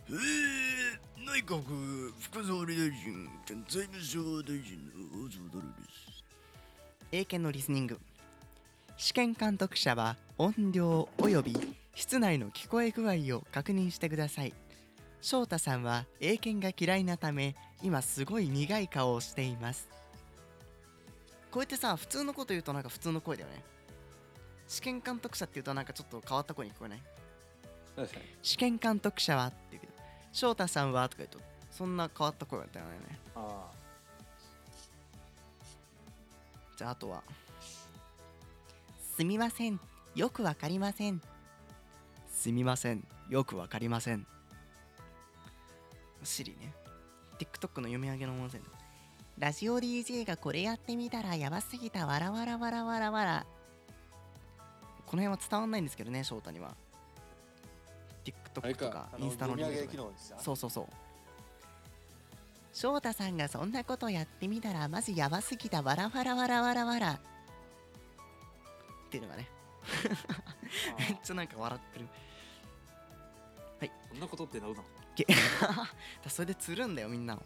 S5: えー、内閣副総理大臣兼財務省大臣の大津太郎です。
S1: 英検のリスニング試験監督者は音量および室内の聞こえ具合を確認してください翔太さんは英検が嫌いなため今すごい苦い顔をしていますこうやってさ普通のこと言うとなんか普通の声だよね試験監督者って言うとなんかちょっと変わった声に聞こえない
S3: 確かに。
S1: 試験監督者はって言うけど翔太さんはとか言うとそんな変わった声だったよね
S3: あ
S1: じゃああとは「すみませんよくわかりません」「すみませんよくわかりません」シリね TikTok の読み上げの音声でラジオ DJ がこれやってみたらやばすぎたわらわらわらわらわらこの辺は伝わんないんですけどね翔太には
S3: あ。あれ
S1: TikTok と
S3: か
S1: か。
S3: あ
S1: インスタの
S3: 読
S1: リン
S3: み上
S1: ク
S3: げ機
S1: とか
S3: 能でした。
S1: そうそうそう翔太さんがそんなことやってみたらまずやばすぎたわらわらわらわらわらっていうのがね
S3: あ
S1: めっ
S3: ー
S1: ちゃなんか笑ってる
S3: そんなことってなるの。
S1: げだからそれでつるんだよみんなを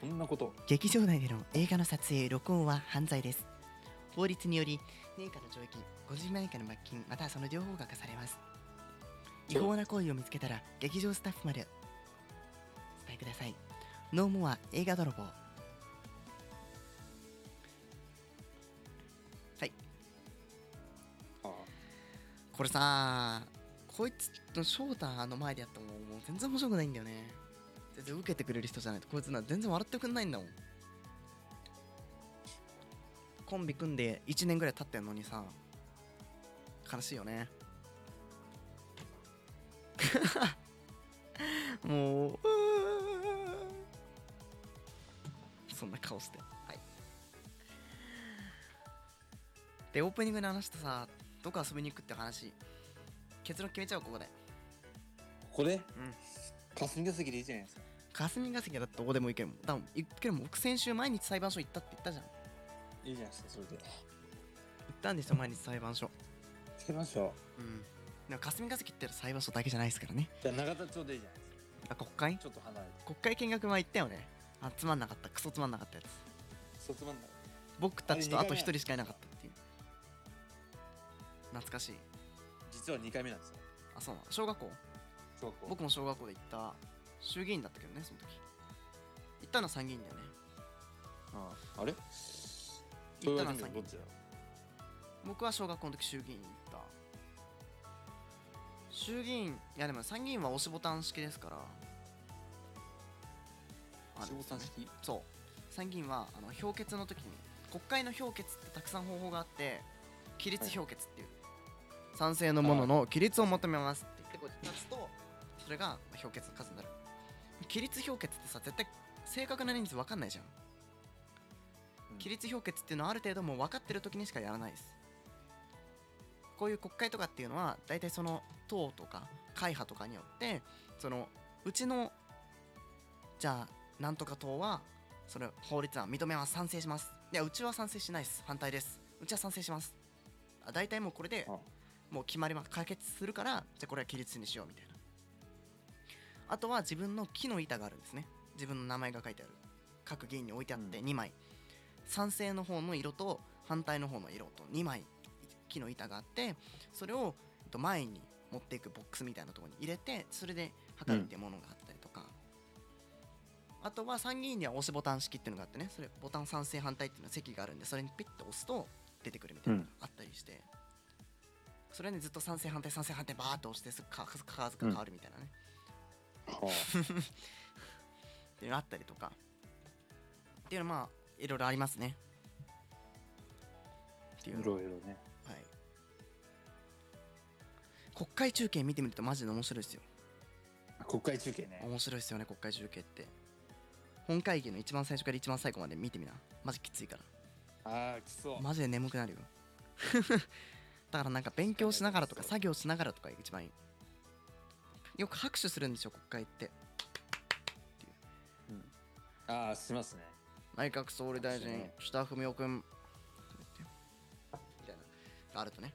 S3: そんなこと。
S1: 劇場内での映画の撮影録音は犯罪です法律により年間の懲役50万円以下の罰金またはその両方が課されます違法な行為を見つけたら劇場スタッフまでお伝えくださいノーモア映画泥棒
S3: ああ。
S1: これさこいつの翔太の前でやってももう全然面白くないんだよね全然受けてくれる人じゃないとこいつな全然笑ってくんないんだもんコンビ組んで1年ぐらい経ってんのにさ悲しいよね もううーそんな顔してはいでオープニングの話とさどこ遊びに行くって話結論決めちゃおうここで
S3: ここで
S1: うん。
S3: 霞が関でいいじゃないですか。
S1: 霞が関はだってどこでも行けるもん多分行けるもん僕先週毎日裁判所行ったって言ったじゃん行
S3: いいじゃないですか。それで。
S1: ったんですよ毎日裁判所
S3: つけましょう。
S1: うんでも霞が関って裁判所だけじゃないですからね
S3: じゃあ、永田町でいいじゃないですか。
S1: あ国会
S3: ちょっと離れて。
S1: 国会見学前行ったよねあつまんなかったクソつまんなかったやつ
S3: そつまんない。
S1: 僕たちと
S3: あ
S1: あ
S3: れ
S1: と
S3: 苦い
S1: 一人しかいなかったっていう懐かしい
S3: 実は二回目なんですよ。
S1: あそうなの小学校
S3: 小学校。
S1: 僕も小学校で行った衆議院だったけどねその時行ったのは参議院だよね
S3: あああれ
S1: 行
S3: 豊
S1: った
S3: 川
S1: のは参
S3: 神社
S1: 議
S3: ど
S1: 院
S3: っちだろう
S1: 僕は小学校の時衆議院に行った衆議院いやでも参議院は押しボタン式ですからあれ
S3: 下さん式
S1: そう参議院はあの評決の時に国会の評決ってたくさん方法があって起立評決っていう、賛成のものの起立を求めますって言ってこうやって立つとそれが評決の数になる起立評決ってさ絶対正確な人数分かんないじゃん規律評決っていうのはある程度もう分かってる時にしかやらないですこういう国会とかっていうのは大体その党とか会派とかによってそのうちのじゃあなんとか党はそれ法律案認めます賛成しますいやうちは賛成しないです反対ですうちは賛成しますあ大体もうこれで
S3: あ
S1: もう決まります解決するからじゃあこれは規律にしようみたいなあとは自分の木の板があるんですね自分の名前が書いてある各議員に置いてあって
S3: うん
S1: 2枚、賛成の方の色と反対の方の色と2枚木の板があってそれをえっと前に持っていくボックスみたいなところに入れてそれで測るっていうものがあったりとか、あとは参議院には押しボタン式っていうのがあってねそれボタン賛成反対っていうのは席があるんでそれにピッと押すと出てくるみたいなのがあったりして、それはねずっと賛成反対賛成反対バーっと押してすぐか数数が変わるみたいなね、
S3: は
S1: っていうのあったりとかっていうのはまあいろいろありますねって
S3: い
S1: いう
S3: ろいろね。
S1: はい、国会中継見てみるとマジで面白いですよ
S3: 国会中継ね。
S1: 面白いですよね国会中継って本会議の一番最初から一番最後まで見てみなマジきついから
S3: ああ、きそう。
S1: マジで眠くなるよ だからなんか勉強しながらとか作業しながらとか一番いいよく拍手するんですよ国会って
S3: ああ、しますね。
S1: 内閣総理大
S3: そうです
S1: 臣
S3: ね
S1: 下文雄君みたいなのがあるとね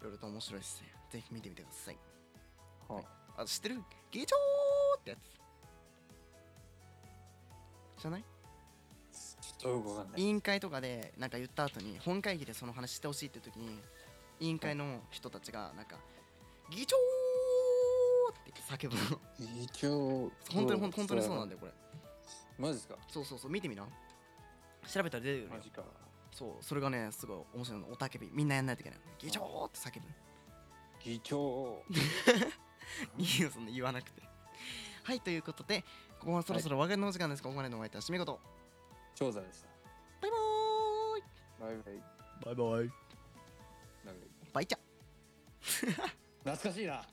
S1: いろいろと面白いですねぜひ見てみてください
S3: は
S1: あ知ってる議長ってやつ知らない
S3: ちょっとよくわかんな
S1: 委
S3: い。
S1: 員会とかでなんか言った後に本会議でその話してほしいって時に委員会の人たちがなんか議長って叫ぶ の
S3: 一応、
S1: 本当にほん本当にそうなんだよこれ
S3: マジですか
S1: そうそうそう見てみな調べたら出てくるよ
S3: マジか。
S1: そうそれがねすごい面白いのおたけびみんなやんないといけない議長って叫ぶ
S3: 議長。
S1: いいよそんな言わなくてはいということでここはそろそろお別れのお時間です、ここまでのお相手はしみこと
S3: 調査でした。
S1: バイバーイ
S3: バイバイ。
S6: バイバイ。
S3: なんか
S1: バイチャ
S3: 懐かしいな。